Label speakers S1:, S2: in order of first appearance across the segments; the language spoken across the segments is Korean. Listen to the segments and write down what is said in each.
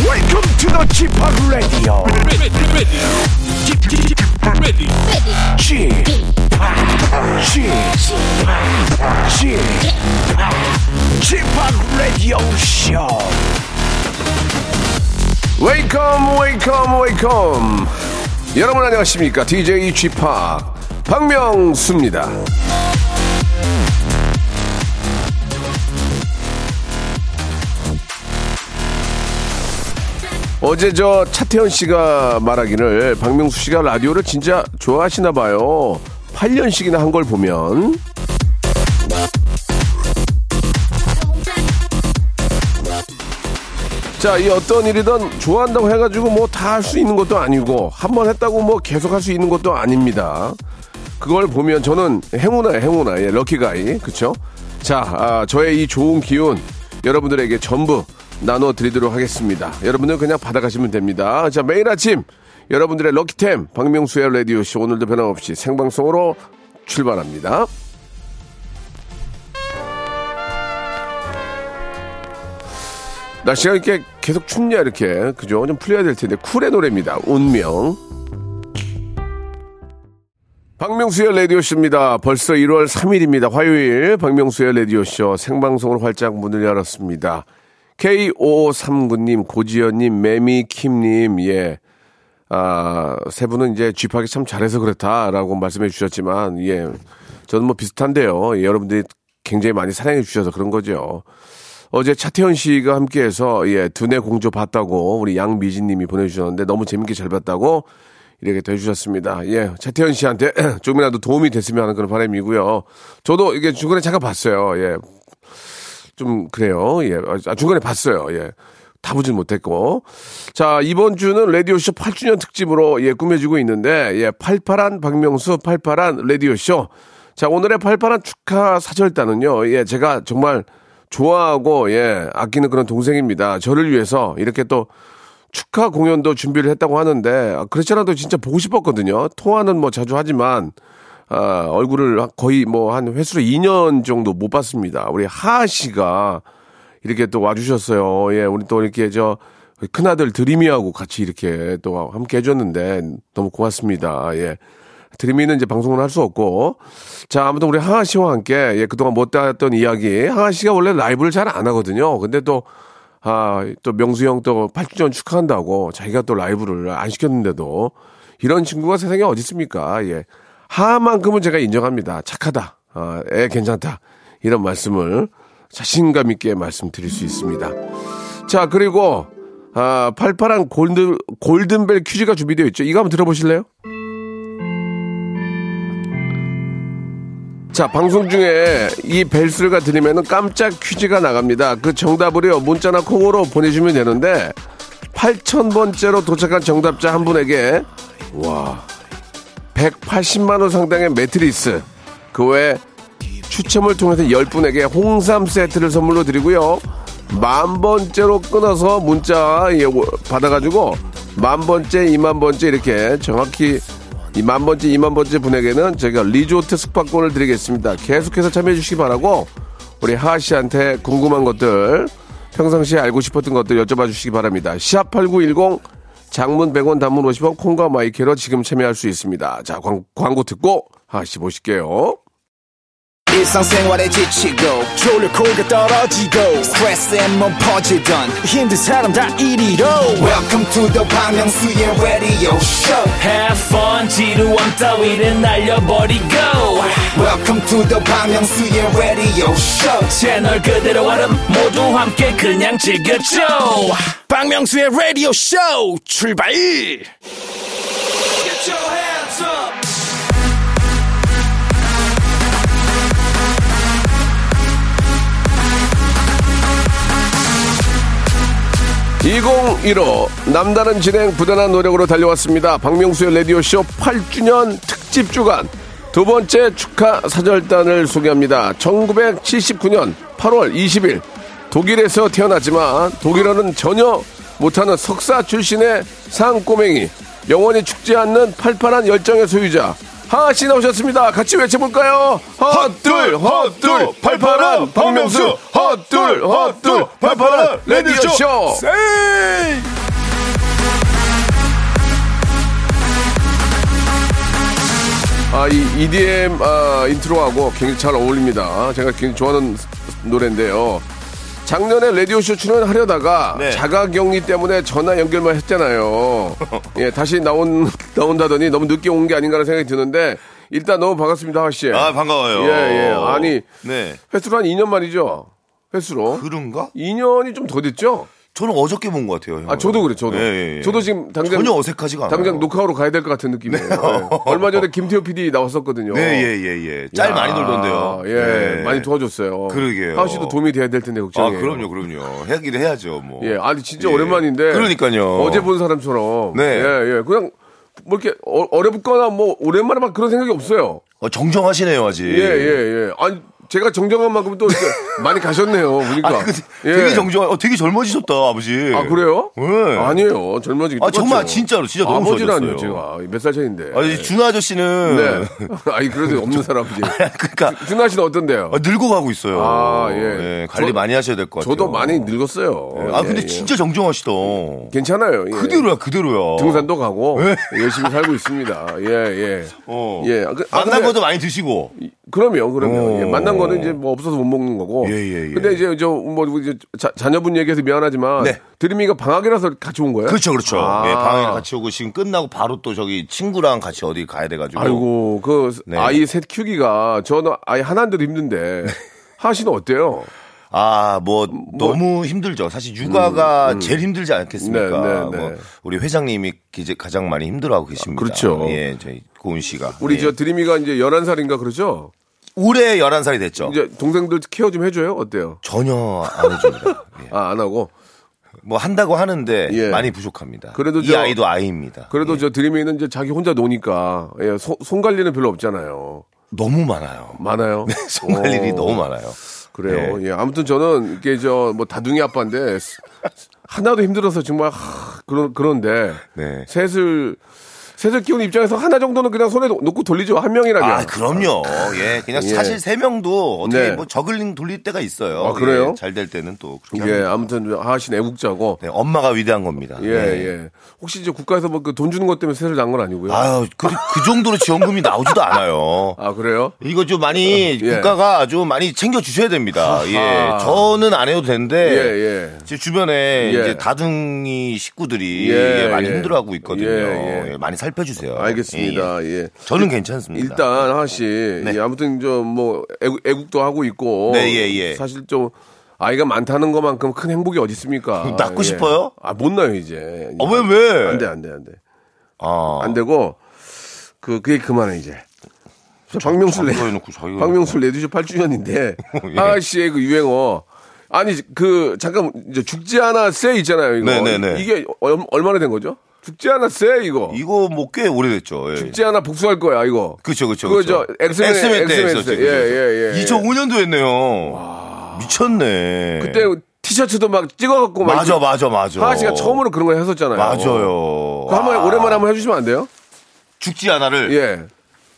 S1: Welcome to the g p o p Radio.
S2: ready, ready, Keep- keep- keep ready.
S1: g p o p g p o p Radio Show.
S3: 웨이컴 웨이컴 웨이컴 여러분 안녕하십니까 DJ g p o p 박명수입니다 어제 저 차태현 씨가 말하기를 박명수 씨가 라디오를 진짜 좋아하시나 봐요 8년씩이나 한 걸 보면 자, 이 어떤 일이든 좋아한다고 해가지고 뭐 다 할 수 있는 것도 아니고 한 번 했다고 뭐 계속 할 수 있는 것도 아닙니다. 그걸 보면 저는 행운아예요, 행운아. 예, 럭키가이. 그쵸? 자, 아, 저의 이 좋은 기운 여러분들에게 전부 나눠드리도록 하겠습니다. 여러분들 그냥 받아가시면 됩니다. 자, 매일 아침 여러분들의 럭키템 박명수의 라디오쇼 오늘도 변함없이 생방송으로 출발합니다. 날씨가 이렇게 계속 춥냐 이렇게 그죠 좀 풀려야 될 텐데 쿨의 노래입니다 운명 박명수의 라디오쇼입니다 벌써 1월 3일입니다 화요일 박명수의 라디오쇼 생방송으로 활짝 문을 열었습니다 K5539님 고지연님 매미킴님 예 아, 세 분은 이제 쥐파기 참 잘해서 그렇다라고 말씀해 주셨지만, 예. 저는 뭐 비슷한데요. 예, 여러분들이 굉장히 많이 사랑해 주셔서 그런 거죠. 어제 차태현 씨가 함께해서 예 두뇌 공조 봤다고 우리 양미진 님이 보내주셨는데 너무 재밌게 잘 봤다고 이렇게 또 해주셨습니다. 예, 차태현 씨한테 조금이라도 도움이 됐으면 하는 그런 바람이고요. 저도 이게 중간에 잠깐 봤어요. 예, 좀 그래요. 예, 아, 중간에 봤어요. 예. 다 보진 못했고. 자, 이번 주는 라디오쇼 8주년 특집으로 예, 꾸며지고 있는데, 예, 팔팔한 박명수, 팔팔한 라디오쇼. 자, 오늘의 팔팔한 축하 사절단은요, 예, 제가 정말 좋아하고, 예, 아끼는 그런 동생입니다. 저를 위해서 이렇게 또 축하 공연도 준비를 했다고 하는데, 아, 그렇지 않아도 진짜 보고 싶었거든요. 통화는 뭐 자주 하지만, 아, 얼굴을 거의 뭐 한 횟수로 2년 정도 못 봤습니다. 우리 하하 씨가 이렇게 또 와주셨어요. 예, 우리 또 이렇게 저 큰아들 드림이하고 같이 이렇게 또 함께 해줬는데 너무 고맙습니다. 예. 드림이는 이제 방송을 할 수 없고. 자, 아무튼 우리 하하 씨와 함께, 예, 그동안 못다했던 이야기. 하하 씨가 원래 라이브를 잘 안 하거든요. 근데 또, 아, 또 명수 형 또 8주년 축하한다고 자기가 또 라이브를 안 시켰는데도 이런 친구가 세상에 어디 있습니까? 예. 하만큼은 제가 인정합니다. 착하다. 아, 애 괜찮다. 이런 말씀을 자신감 있게 말씀드릴 수 있습니다. 자, 그리고 아, 팔팔한 골든 골든벨 퀴즈가 준비되어 있죠. 이거 한번 들어보실래요? 자, 방송 중에 이 벨소리가 들리면 깜짝 퀴즈가 나갑니다. 그 정답을요, 문자나 콩으로 보내주면 되는데, 8,000번째로 도착한 정답자 한 분에게, 와, 180만원 상당의 매트리스, 그 외에 추첨을 통해서 10분에게 홍삼 세트를 선물로 드리고요. 만 번째로 끊어서 문자 예, 오- 받아가지고 만 번째, 이만 번째 이렇게 정확히 이만 번째, 이만 번째 분에게는 저희가 리조트 숙박권을 드리겠습니다. 계속해서 참여해 주시기 바라고 우리 하하 씨한테 궁금한 것들 평상시에 알고 싶었던 것들 여쭤봐 주시기 바랍니다. 샵8910 장문 100원 단문 50원 콩과 마이크로 지금 참여할 수 있습니다. 자 광, 광고 듣고 하하 씨 모실게요.
S4: 일상생활에 지치고, 졸려 코가 떨어지고, 스트레스에 몸 퍼지던, 힘든 사람 다 이리로. welcome to the Bang Myung-soo's radio show
S5: Have fun 지루함 따위를 날려버리고
S4: welcome to the Bang Myung-soo's radio show
S5: 채널 그대로 와름 모두 함께 그냥 즐겨줘
S2: 박명수의 라디오 쇼 출발!
S3: 이공일오 남다른 진행 부단한 노력으로 달려왔습니다. 박명수의 라디오쇼 8주년 특집 주간 두 번째 축하 사절단을 소개합니다. 1979년 8월 20일 독일에서 태어났지만 독일어는 전혀 못하는 석사 출신의 상꼬맹이 영원히 죽지 않는 팔팔한 열정의 소유자 하하 씨 나오셨습니다. 같이 외쳐볼까요? 헛둘 헛둘 팔팔한 박명수 헛둘 헛둘 팔팔한 라디오쇼
S1: 에이!
S3: 아, 이 EDM 아, 인트로하고 굉장히 잘 어울립니다. 제가 굉장히 좋아하는 노래인데요. 작년에 라디오쇼 출연하려다가
S6: 네.
S3: 자가격리 때문에 전화 연결만 했잖아요. 예, 다시 나온, 나온다더니 너무 늦게 온 게 아닌가라는 생각이 드는데 일단 너무 반갑습니다, 하씨.
S6: 아 반가워요.
S3: 예, 예. 아니,
S6: 네
S3: 횟수로 한 2년 만이죠? 횟수로.
S6: 그런가?
S3: 2년이 좀 더 됐죠?
S6: 저는 어저께 본 것 같아요.
S3: 아,
S6: 형은.
S3: 저도 그래, 저도.
S6: 예, 예, 예.
S3: 저도 지금 당장.
S6: 전혀 어색하지가 않아요. 네.
S3: 당장 녹화하러 가야 될 것 같은 느낌이에요. 예. 얼마 전에 김태호 PD 나왔었거든요.
S6: 네예예 예. 짤
S3: 야,
S6: 많이 돌던데요.
S3: 예,
S6: 네.
S3: 많이 도와줬어요.
S6: 그러게요.
S3: 하우 씨도 도움이 돼야 될 텐데
S6: 아
S3: 걱정이에요.
S6: 그럼요 그럼요. 해야기도 해야죠 뭐.
S3: 예, 아니 진짜
S6: 예.
S3: 오랜만인데.
S6: 그러니까요.
S3: 어제 본 사람처럼.
S6: 네.
S3: 예, 예. 그냥 뭐 이렇게 어- 어렵거나 뭐 오랜만에 막 그런 생각이 없어요.
S6: 어, 정정하시네요 아직.
S3: 예, 예, 예. 아니 제가 정정한 만큼 또 이렇게 많이 가셨네요. 보니까.
S6: 아니, 근데
S3: 예.
S6: 되게 정정하. 어, 되게 젊어지셨다 아버지.
S3: 아 그래요?
S6: 예.
S3: 아니에요. 젊어지기
S6: 아, 정말
S3: 똑같죠.
S6: 진짜로, 진짜 너무
S3: 아버지라뇨
S6: 좋아졌어요.
S3: 제가 몇 살 차인데.
S6: 아니 준호 아저씨는
S3: 예. 네. 아니 그래도 없는 사람이지.
S6: 그러니까
S3: 준하 씨는 어떤데요?
S6: 어, 늙어 가고 있어요. 네,
S3: 아, 예.
S6: 관리
S3: 저-
S6: 많이 하셔야 될 것 같아요.
S3: 저도 많이 늙었어요.
S6: 아
S3: 예,
S6: 근데
S3: 예.
S6: 진짜 정정하시다.
S3: 괜찮아요. 예.
S6: 그대로야 그대로야.
S3: 등산도 가고 열심히 살고 있습니다. 예, 예.
S6: 어.
S3: 예. 아, 그- 아,
S6: 만난
S3: 근데-
S6: 것도 많이 드시고.
S3: 그럼요, 그럼요.
S6: 어.
S3: 예, 만난 거는 이제 뭐 없어서 못 먹는 거고.
S6: 예, 예, 예.
S3: 근데 이제 저뭐 이제 자, 자녀분 얘기해서 미안하지만
S6: 네.
S3: 드림이가 방학이라서 같이 온 거예요?
S6: 그렇죠, 그렇죠.
S3: 아.
S6: 예, 방에 같이 오고 지금 끝나고 바로 또 저기 친구랑 같이 어디 가야 돼가지고.
S3: 아이고, 그
S6: 네.
S3: 아이 셋 키우기가 저는 아이 하나인데도 힘든데 하씨는 어때요?
S6: 아, 뭐, 너무 힘들죠. 사실 육아가 제일 힘들지 않겠습니까?
S3: 음, 네, 네, 네.
S6: 뭐 우리 회장님이 이제 가장 많이 힘들어하고 계십니다.
S3: 그렇죠.
S6: 예, 저희 고은 씨가.
S3: 우리
S6: 예.
S3: 저 드림이가 이제 11살인가 그러죠?
S6: 올해 11살이 됐죠.
S3: 이제 동생들 케어 좀 해줘요? 어때요?
S6: 전혀 안 해줍니다. 예.
S3: 아, 안 하고.
S6: 뭐 한다고 하는데
S3: 예.
S6: 많이 부족합니다.
S3: 그래도
S6: 이
S3: 저-
S6: 아이도 아이입니다.
S3: 그래도 저 드림이는 이제 자기 혼자 노니까 예, 손, 손 관리는 별로 없잖아요.
S6: 너무 많아요.
S3: 많아요.
S6: 정말 네, 일이
S3: 어,
S6: 너무 많아요. 네.
S3: 그래요. 예. 아무튼 저는 이게 저 뭐 다둥이 아빠인데 스- 하나도 힘들어서 정말 하, 그런 그런데
S6: 네.
S3: 셋을 셋을 끼우는 입장에서 하나 정도는 그냥 손에 놓- 놓고 돌리죠 한 명이라면.
S6: 아, 그럼요. 예, 그냥
S3: 예.
S6: 사실 세 명도
S3: 네.
S6: 어떻게 뭐 저글링 돌릴 때가 있어요. 예,
S3: 아, 그래요?
S6: 잘 될 때는 또 그렇게
S3: 예,
S6: 합니다.
S3: 아무튼 하신 애국자고.
S6: 그렇죠. 네, 엄마가 위대한 겁니다.
S3: 예,
S6: 네.
S3: 예. 혹시 이제 국가에서 뭐 그 돈 주는 것 때문에 셋을 낳은 건 아니고요.
S6: 아유, 그, 그 정도로 지원금이 나오지도 않아요.
S3: 아, 그래요?
S6: 이거 좀 많이
S3: 예.
S6: 국가가 좀 많이 챙겨 주셔야 됩니다. 예, 저는 안 해도 되는데
S3: 예, 예.
S6: 제 주변에
S3: 예.
S6: 이제 다둥이 식구들이
S3: 예,
S6: 예, 많이
S3: 예.
S6: 힘들어하고 있거든요.
S3: 예, 예.
S6: 예, 많이 살펴주세요.
S3: 알겠습니다.
S6: 예,
S3: 예.
S6: 예. 저는 괜찮습니다.
S3: 일단 하하 씨,
S6: 네.
S3: 예, 아무튼 좀 뭐 애국, 도 하고 있고,
S6: 네, 예, 예.
S3: 사실 좀 아이가 많다는 것만큼 큰 행복이 어디 있습니까?
S6: 낳고 싶어요?
S3: 아 못 낳요 이제.
S6: 어, 왜, 어. 왜?
S3: 안돼 안돼 안돼
S6: 아,
S3: 안 되고 그 그게 그만해 이제. 박명수 레
S6: 자기가 해놓고 예. 자기가
S3: 박명수 레디쇼 8주년인데 하하 씨의 그 유행어. 아니 그 잠깐 이제 죽지 않아 쎄 있잖아요 이거
S6: 네, 네, 네.
S3: 이게 얼- 얼마나 된 거죠? 죽지 않아 쎄 이거
S6: 이거 뭐 꽤 오래됐죠. 예.
S3: 죽지 않아 복수할 거야 이거
S6: 그렇죠, 그렇죠.
S3: 그거 저 엑스맨,
S6: 때
S3: 엑스맨
S6: 했었죠.
S3: 때. 예, 예, 예.
S6: 2005년도 했네요. 미쳤네.
S3: 그때 티셔츠도 막 찍어갖고 막
S6: 맞아,
S3: 이렇게
S6: 맞아, 맞아.
S3: 하하 씨가 처음으로 그런 걸 했었잖아요.
S6: 맞아요.
S3: 그거 한번
S6: 아,
S3: 오랜만에 한번 해주시면 안 돼요?
S6: 죽지 않아를.
S3: 예.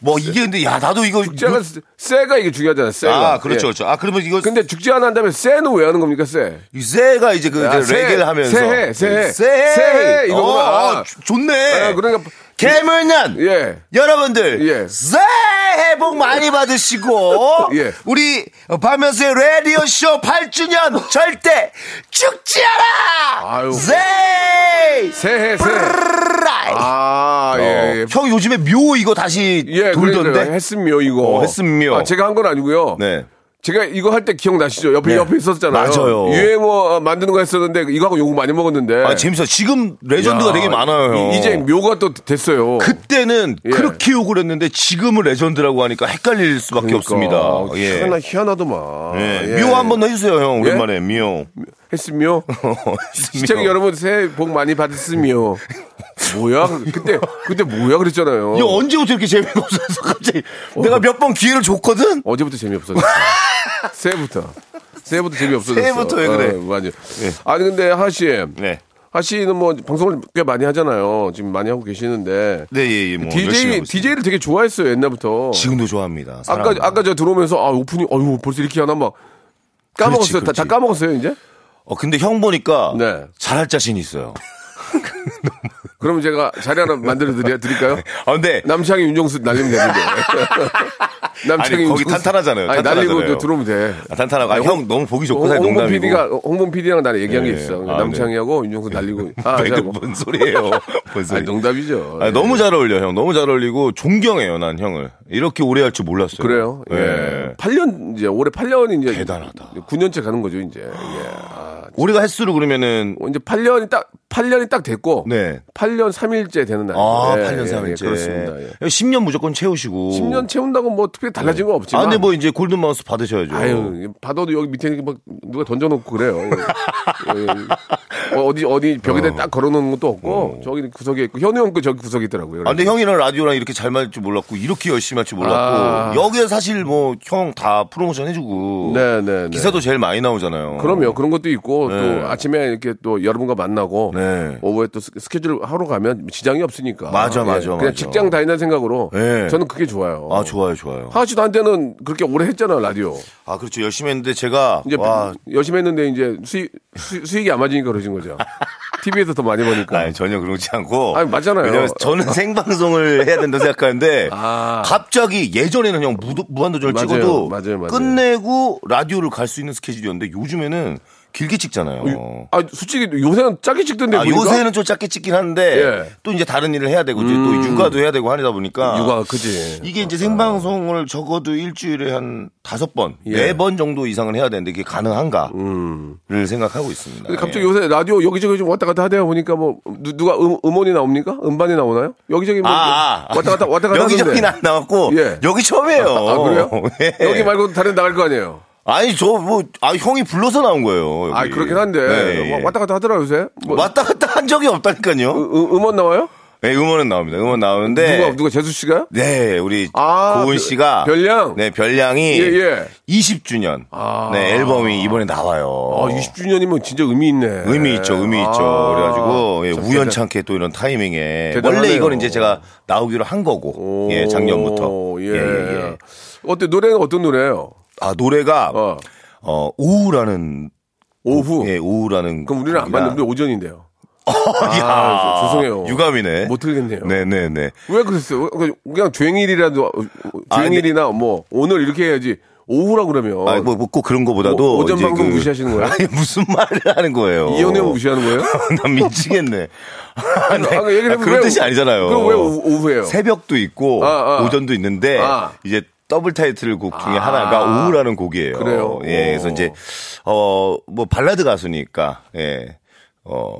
S6: 뭐 이게 근데 야 나도 이거
S3: 제가 쎄가 이게 중요하잖아요. 쎄가.
S6: 아 그렇죠,
S3: 예.
S6: 그렇죠. 아 그러면 이거
S3: 근데 죽지 않아 한다면 쎄는 왜 하는 겁니까 쎄?
S6: 이 새가 이제 그
S3: 아,
S6: 이제
S3: 새,
S6: 레게를 하면서
S3: 새해, 새해.
S6: 새해,
S3: 새해 이거구나.
S6: 어, 어, 조- 좋네.
S3: 아, 그러니까
S6: 개물년
S3: 예.
S6: 여러분들
S3: 예.
S6: 새해 복 많이 받으시고
S3: 예.
S6: 우리 박명수의 라디오 쇼 8주년 절대 죽지 않아.
S3: 아유.
S6: 새해
S3: 새해 새.
S6: 브라이.
S3: 아 예. 예.
S6: 형 요즘에 묘 이거 다시
S3: 예,
S6: 돌던데.
S3: 했음요 이거.
S6: 어, 했음요.
S3: 아, 제가 한 건 아니고요.
S6: 네.
S3: 제가 이거 할 때 기억나시죠? 옆에
S6: 네.
S3: 옆에 있었잖아요.
S6: 맞아요.
S3: 유행어 만드는 거 했었는데 이거 하고 욕 많이 먹었는데.
S6: 아 재밌어. 지금 레전드가
S3: 예. 야,
S6: 되게 많아요. 형.
S3: 이- 이제 묘가 또 됐어요.
S6: 그때는
S3: 예.
S6: 그렇게 욕을 했는데 지금은 레전드라고 하니까 헷갈릴 수밖에
S3: 그러니까. 아,
S6: 없습니다. 예.
S3: 희한하, 희한하더만.
S6: 예. 묘 한 번 더 해주세요, 형. 오랜만에 묘.
S3: 했으며 시청 여러분 새해 복 많이 받으시며 뭐야 그때 그때 뭐야 그랬잖아요.
S6: 이거 언제부터 이렇게 재미가 없어서 갑자기 내가 몇 번 기회를 줬거든?
S3: 어제부터 재미없어졌어. 새해부터 새해부터 재미없어졌어.
S6: 새해부터 왜 그래? 예.
S3: 어, 맞아. 아니 근데 하씨
S6: 네.
S3: 하씨는 뭐 방송을 꽤 많이 하잖아요. 지금 많이 하고 계시는데
S6: 네, 예, 예. 뭐 열심히
S3: DJ
S6: 하고 있습니다.
S3: DJ를 되게 좋아했어요 옛날부터.
S6: 지금도 좋아합니다.
S3: 아까
S6: 사랑합니다.
S3: 아까 저 들어오면서 아 오프닝 어유 벌써 이렇게 하나 막 까먹었어요.
S6: 그렇지,
S3: 다, 다
S6: 그렇지.
S3: 까먹었어요 이제.
S6: 어, 근데 형 보니까
S3: 네.
S6: 잘할 자신 있어요.
S3: 그럼 제가 자리 하나 만들어 드려 드릴까요?
S6: 아, 근데
S3: 남창이 윤종수 날리면 되는데.
S6: 아니, 거기 탄탄하잖아요.
S3: 아니, 날리고
S6: 탄탄하잖아요.
S3: 또 들어오면 돼.
S6: 아, 탄탄하고 아,
S3: 아니,
S6: 형 너무 보기 좋고
S3: 홍-
S6: 사실
S3: 홍범
S6: 농담이고.
S3: PD가 홍범 PD랑 나랑 얘기한 게
S6: 예.
S3: 있어.
S6: 아,
S3: 남창이하고 윤종수 날리고. 아,
S6: 이거
S3: 자, 뭐.
S6: 뭔 소리예요? 뭔 소리?
S3: 아니, 농담이죠. 예.
S6: 아니, 너무 잘 어울려 형. 너무 잘 어울리고 존경해요 난 형을. 이렇게 오래 할 줄 몰랐어요.
S3: 그래요. 예.
S6: 예.
S3: 8년 이제 올해 8년 이제
S6: 대단하다.
S3: 9년째 가는 거죠, 이제. 예. 아,
S6: 우리가 횟수로 그러면은
S3: 어, 이제 8년이 딱 8년이 딱 됐고
S6: 네.
S3: 8년 3일째 되는 날.
S6: 아,
S3: 예,
S6: 8년
S3: 예,
S6: 3일째.
S3: 예, 그렇습니다. 예.
S6: 10년 무조건 채우시고.
S3: 10년 채운다고 뭐 특별히 달라진 건
S6: 아,
S3: 없지만.
S6: 근데 뭐 이제 골든마우스 받으셔야죠.
S3: 아유, 받아도 여기 밑에 막 누가 던져놓고 그래요. 예. 예. 어, 어디 어디 벽에다 딱 걸어놓는 것도 없고 저기 구석에 있고 현우 형그 저기 구석에 있더라고요.
S6: 아, 근데 형이랑 라디오랑 이렇게 잘 맞을 줄 몰랐고, 이렇게 열심히 할 줄 몰랐고,
S3: 아.
S6: 여기에 사실 뭐, 형 다 프로모션 해주고,
S3: 네, 네, 네.
S6: 기사도 제일 많이 나오잖아요.
S3: 그럼요. 그런 것도 있고
S6: 네.
S3: 또 아침에 이렇게 또 여러분과 만나고
S6: 네.
S3: 오후에 또 스- 스케줄 하러 가면 지장이 없으니까.
S6: 맞아,
S3: 예.
S6: 맞아, 맞아.
S3: 그냥 직장 다닌다는 생각으로
S6: 네.
S3: 저는 그게 좋아요.
S6: 아, 좋아요, 좋아요.
S3: 어. 하하 씨도 한때는 그렇게 오래 했잖아 라디오.
S6: 아, 그렇죠. 열심히 했는데 제가,
S3: 이제
S6: 와,
S3: 열심히 했는데 이제 수익 수, 수익이 안 맞으니까 그러신 거죠. TV에서 더 많이 버니까.
S6: 아니, 네, 전혀 그러지 않고.
S3: 아니, 맞잖아요.
S6: 왜냐면 저는 생방송을 해야 된다고 생각하는데,
S3: 아.
S6: 갑자기 예전에는 형 무도, 무한도전을
S3: 맞아요,
S6: 찍어도
S3: 맞아요, 맞아요.
S6: 끝내고 라디오를 갈 수 있는 스케줄이었는데, 요즘에는 길게 찍잖아요.
S3: 요- 아, 솔직히 요새는 짜게 찍던데
S6: 아,
S3: 보니까?
S6: 요새는 좀 작게 찍긴 한데
S3: 예. 음.
S6: 또 이제 다른 일을 해야 되고 이제 또 육아도 해야 되고 하다 보니까
S3: 육아, 그지.
S6: 이게 이제 생방송을 적어도 일주일에 한 다섯 번,
S3: 예.
S6: 네 번 정도 이상은 해야 되는데 이게 가능한가를 생각하고 있습니다.
S3: 음. 근데 갑자기
S6: 예.
S3: 요새 라디오 여기저기 좀 왔다 갔다 하대요 보니까 뭐 누, 누가 음, 음원이 나옵니까? 음반이 나오나요? 여기저기 뭐
S6: 아, 아.
S3: 왔다 갔다 왔다 갔다
S6: 여기저기는
S3: 하던데.
S6: 안 나왔고
S3: 예.
S6: 여기 처음이에요.
S3: 아 그래요?
S6: 예.
S3: 여기 말고 다른 데 나갈 거 아니에요?
S6: 아니 저 뭐 아 형이 불러서 나온 거예요. 여기.
S3: 아 그렇긴 한데
S6: 네, 예.
S3: 와- 왔다 갔다 하더라 요새. 뭐,
S6: 왔다 갔다 한 적이 없다니까요.
S3: 음, 음원 나와요?
S6: 네, 음원은 나옵니다. 음원 나오는데
S3: 누가 누가 재수 씨가요?
S6: 네, 우리
S3: 아,
S6: 고은
S3: 별-
S6: 씨가
S3: 별량?
S6: 네, 별량이
S3: 예, 예.
S6: 20주년.
S3: 아.
S6: 네, 앨범이 이번에 나와요.
S3: 아 20주년이면 진짜 의미 있네.
S6: 어. 의미 있죠, 의미
S3: 아.
S6: 있죠. 그래가지고 예,
S3: 참
S6: 우연찮게 또 이런 타이밍에
S3: 대단하네요.
S6: 원래 이거는 이제 제가 나오기로 한 거고,
S3: 대단-
S6: 예, 작년부터.
S3: 오, 예. 어때 노래는 어떤 노래예요?
S6: 아 노래가 어,
S3: 어.
S6: 오후라는
S3: 오후.
S6: 예, 오후라는.
S3: 그럼 우리는 안
S6: 곡이라.
S3: 맞는데 오전인데요.
S6: 어, 야,
S3: 아, 죄송해요.
S6: 유감이네.
S3: 못 틀겠네요.
S6: 네, 네, 네.
S3: 왜 그랬어요? 그냥 조행일이라도 어,
S6: 아,
S3: 조행일이나 뭐 오늘 이렇게 해야지 오후라 그러면
S6: 아, 뭐, 꼭 그런 거보다도.
S3: 오- 어. 오전
S6: 이제 그
S3: 방송 무시하시는 거예요?
S6: 아니, 무슨 말을 하는 거예요?
S3: 이혼해 무시하는 거예요?
S6: 난 미치겠네. 아니,
S3: 아, 그 얘기를
S6: 아,
S3: 해보면
S6: 그런
S3: 왜
S6: 뜻이
S3: 오-
S6: 아니잖아요.
S3: 그럼 왜 오- 오후예요?
S6: 새벽도 있고
S3: 아, 아.
S6: 오전도 있는데
S3: 아.
S6: 이제 더블 타이틀 곡 중에 하나가 오후라는 곡이에요.
S3: 그래요?
S6: 예, 그래서
S3: 오.
S6: 이제 어 뭐 발라드 가수니까 예, 어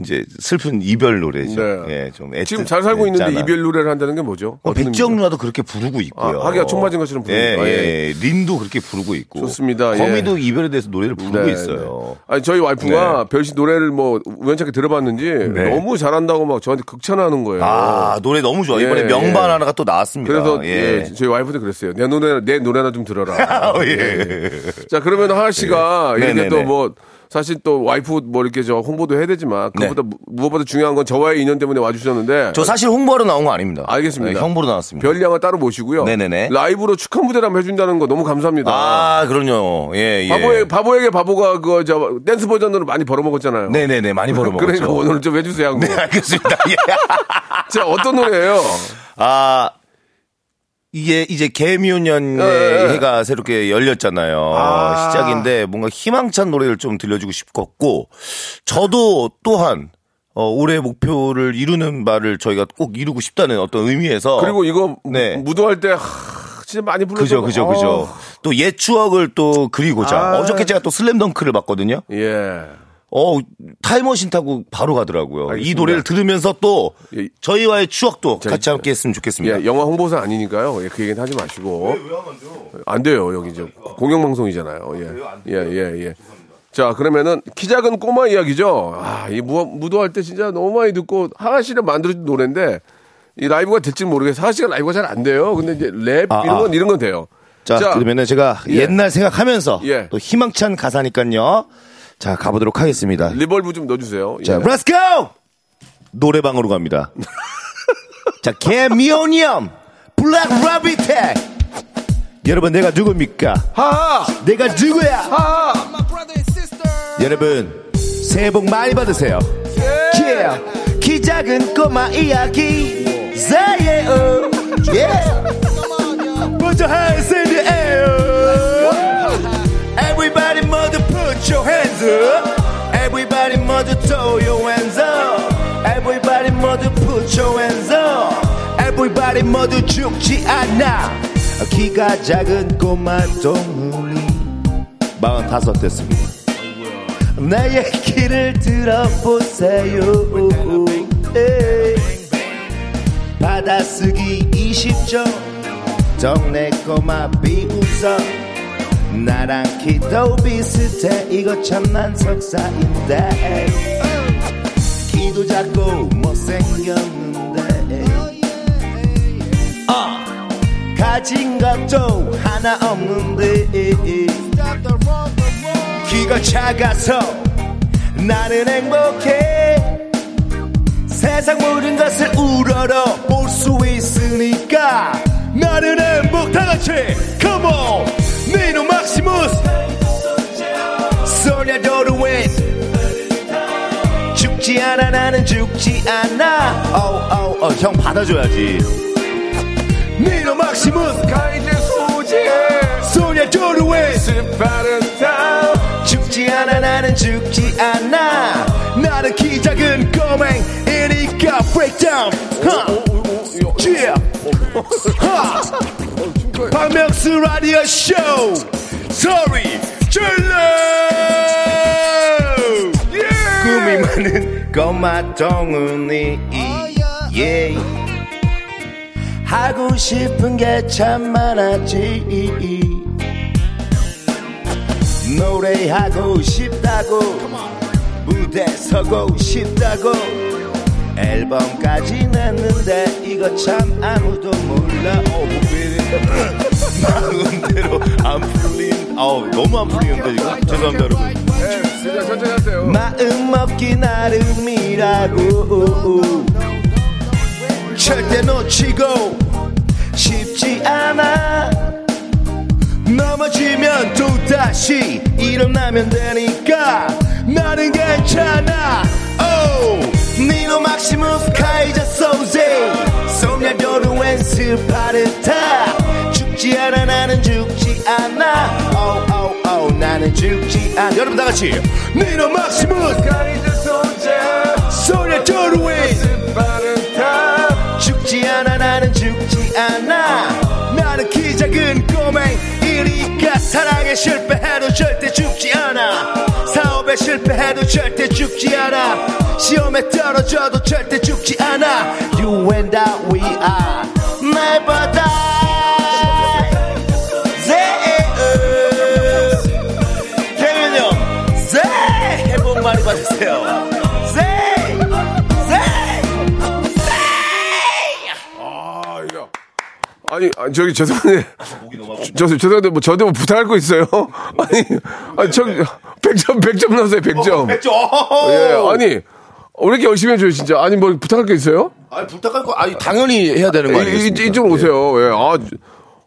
S6: 이제 슬픈 이별 노래죠.
S3: 네.
S6: 예, 좀 애틋,
S3: 지금 잘 살고 있는데
S6: 짠한.
S3: 이별 노래를 한다는 게 뭐죠?
S6: 어,
S3: 어떤
S6: 백지영
S3: 의미죠?
S6: 누나도 그렇게 부르고 있고요.
S3: 아, 하기가 총 맞은 것처럼 부르고
S6: 예,
S3: 있고요.
S6: 예, 린도 그렇게 부르고 있고.
S3: 좋습니다. 예.
S6: 거미도 이별에 대해서 노래를 부르고
S3: 네,
S6: 있어요.
S3: 네. 아니 저희 와이프가 별씨 노래를 뭐 우연찮게 들어봤는지
S6: 네.
S3: 너무 잘한다고 막 저한테 극찬하는 거예요.
S6: 아, 노래 너무 좋아. 이번에
S3: 예,
S6: 명반
S3: 예.
S6: 하나가 또 나왔습니다.
S3: 그래서
S6: 예.
S3: 예, 저희 와이프도 그랬어요. 내 노래 내 노래나 좀 들어라.
S6: 아, 예.
S3: 자 그러면 하하 씨가
S6: 예.
S3: 이렇게
S6: 네네네.
S3: 또 뭐 사실 또 와이프 뭐 이렇게 저 홍보도 해야 되지만
S6: 네.
S3: 그보다 무엇보다 중요한 건 저와의 인연 때문에 와주셨는데
S6: 저 사실 홍보하러 나온 거 아닙니다.
S3: 알겠습니다.
S6: 네, 형보로 나왔습니다.
S3: 별량은 따로 모시고요.
S6: 네네네.
S3: 라이브로 축하 무대를 한번 해준다는 거 너무 감사합니다.
S6: 아, 그럼요. 예, 예.
S3: 바보에, 바보에게 바보가 그 저 댄스 버전으로 많이 벌어먹었잖아요.
S6: 네네네, 많이 벌어먹었죠.
S3: 그러니까 오늘 좀 해주세요. 하고.
S6: 네, 알겠습니다. 예.
S3: 자 어떤 노래예요?
S6: 아, 이게 이제 개묘년의
S3: 예, 예.
S6: 해가 새롭게 열렸잖아요.
S3: 아.
S6: 시작인데 뭔가 희망찬 노래를 좀 들려주고 싶었고, 저도 또한 어, 올해 목표를 이루는 바를 저희가 꼭 이루고 싶다는 어떤 의미에서
S3: 그리고 이거
S6: 네.
S3: 무도할 때 하, 진짜 많이 어. 불렀죠.
S6: 그죠, 그죠, 그죠. 또 옛 추억을 또 그리고자.
S3: 아.
S6: 어저께 제가 또 슬램덩크를 봤거든요.
S3: 예.
S6: 어, 타임머신 타고 바로 가더라고요. 이
S3: 알겠습니다.
S6: 노래를 들으면서 또
S3: 예.
S6: 저희와의 추억도
S3: 자,
S6: 같이 함께 했으면 좋겠습니다.
S3: 예, 영화 홍보사 아니니까요. 예, 그 얘기는 하지 마시고. 안 돼요. 여기 이제
S6: 아,
S3: 공영방송이잖아요. 예. 예, 예, 예. 자, 그러면은 키 작은 꼬마 이야기죠. 아, 이 무, 무도할 때 진짜 너무 많이 듣고 하하 씨를 만들어준 노래인데 이 라이브가 될지 모르겠어요. 하하 씨가 라이브가 잘 안 돼요. 근데 이제 랩
S6: 아,
S3: 이런 건
S6: 아.
S3: 이런 건 돼요.
S6: 자, 그러면은 제가
S3: 예.
S6: 옛날 생각하면서
S3: 예.
S6: 또 희망찬 가사니까요. 자, 가보도록 하겠습니다.
S3: 리벌브 좀 넣어 주세요. 예.
S6: 자, Let's go! 예. 노래방으로 갑니다. 자, 개미오니엄 블랙 라비텍 여러분 내가 누굽니까?
S3: 하하!
S6: 내가 누구야?
S3: 하하!
S6: 여러분 새해 복 많이 받으세요. Yeah, 키 작은 꼬마 이야기 자예요 예 먼저 하세요 Everybody 모두 put your hands up Everybody 모두 throw your hands up Everybody 모두 put your hands up Everybody 모두 죽지 않아 키가 작은 꼬마 동물이 45 됐습니다 내 얘기를 들어보세요 에이. 받아쓰기 20점 동네 꼬마 비웃어 나랑 키도 비슷해 이거 참난 석사인데 키도 작고 못생겼는데 어, 가진 것도 하나 없는데 키가 작아서 나는 행복해 세상 모든 것을 우러러 볼 수 있으니까 나는 행복 다 같이 Come on 니노 막시무스 소냐 도르윈 죽지 않아 나는 죽지 않아 어우 어우 어, 형 받아줘야지 니노 막시무스 가이드 소재 소냐 도르윈 죽지 않아 나는 죽지 않아 나는 키 작은 꼬맹이니까 breakdown yeah 하! 박명수 라디오 쇼 소리 질러 꿈이 많은 꼬마 동훈이 yeah. 하고 싶은 게 참 많았지 노래하고 싶다고 무대 서고 싶다고 앨범까지 냈는데 이거 참 아무도 몰라 오비리 마음대로 안 풀린 아우 너무 안 풀리는데 이거 죄송합니다 여러분
S3: 천천히 하세요.
S6: 마음 먹기 나름이라고 절대 놓치고 싶지 않아 넘어지면 또 다시 일어나면 되니까 나는 괜찮아 오 니노 막시무스 카이자 소세 소녀도르 웬스 파르타 죽지 않아 나는 죽지 않아 오오오 oh, 나는 죽지 않아 여러분 다 같이 니노 막시무스 카이자 소세 소녀도르 웬스 파르타 죽지 않아 나는 죽지 않아 나는 키 작은 꼬맹이니까 사랑에 실패해도 절대 죽지 않아 사업에 실패해도 절대 죽지 않아 시험에 떨어져도 절대 죽지 않아 You and I we are never die 네 태민 형네 행복 많이 받으세요 네네
S3: 아, 이거. 아니, 아, 저기 죄송한데, 저, 저- 죄송한데 뭐 저한테 뭐 부탁할 거 있어요? 아니, 아니 저 100점 100점 네, 나왔어요 100점. 예, 아니 왜 이렇게 열심히 해줘요 진짜? 아니 뭐 부탁할 게 있어요?
S4: 아니 부탁할 거 아니 당연히 해야 되는 거
S3: 이- 이-
S4: 아니겠습니까?
S3: 이쪽으로 오세요. 예. 아,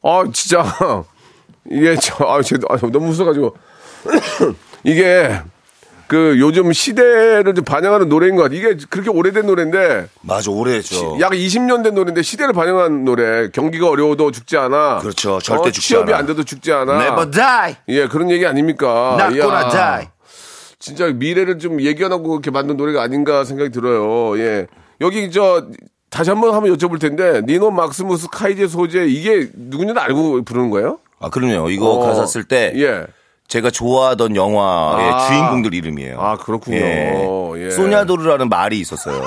S3: 아 진짜 이게 저, 아, 제, 아, 너무 웃어가지고 이게 그 요즘 시대를 좀 반영하는 노래인 것 같아. 이게 그렇게 오래된 노래인데
S4: 맞아 오래죠.
S3: 약 20년 된 노래인데 시대를 반영한 노래. 경기가 어려워도 죽지 않아. 어,
S4: 그렇죠. 절대 죽지
S3: 취업이
S4: 않아.
S3: 안 돼도 죽지 않아.
S6: Never die
S3: 예, 그런 얘기 아닙니까?
S6: not
S3: 이야,
S6: gonna die
S3: 진짜 미래를 좀 예견하고 이렇게 만든 노래가 아닌가 생각이 들어요. 예. 여기 저 다시 한번 한번 여쭤볼 텐데 니노 막스무스 카이제 소재 이게 누군지는 알고 부르는 거예요?
S4: 아 그럼요. 이거
S3: 어.
S4: 가사 쓸 때
S3: 예.
S4: 제가 좋아하던 영화의
S3: 아.
S4: 주인공들 이름이에요.
S3: 아, 그렇군요. 예.
S4: 소냐도르라는 말이 있었어요.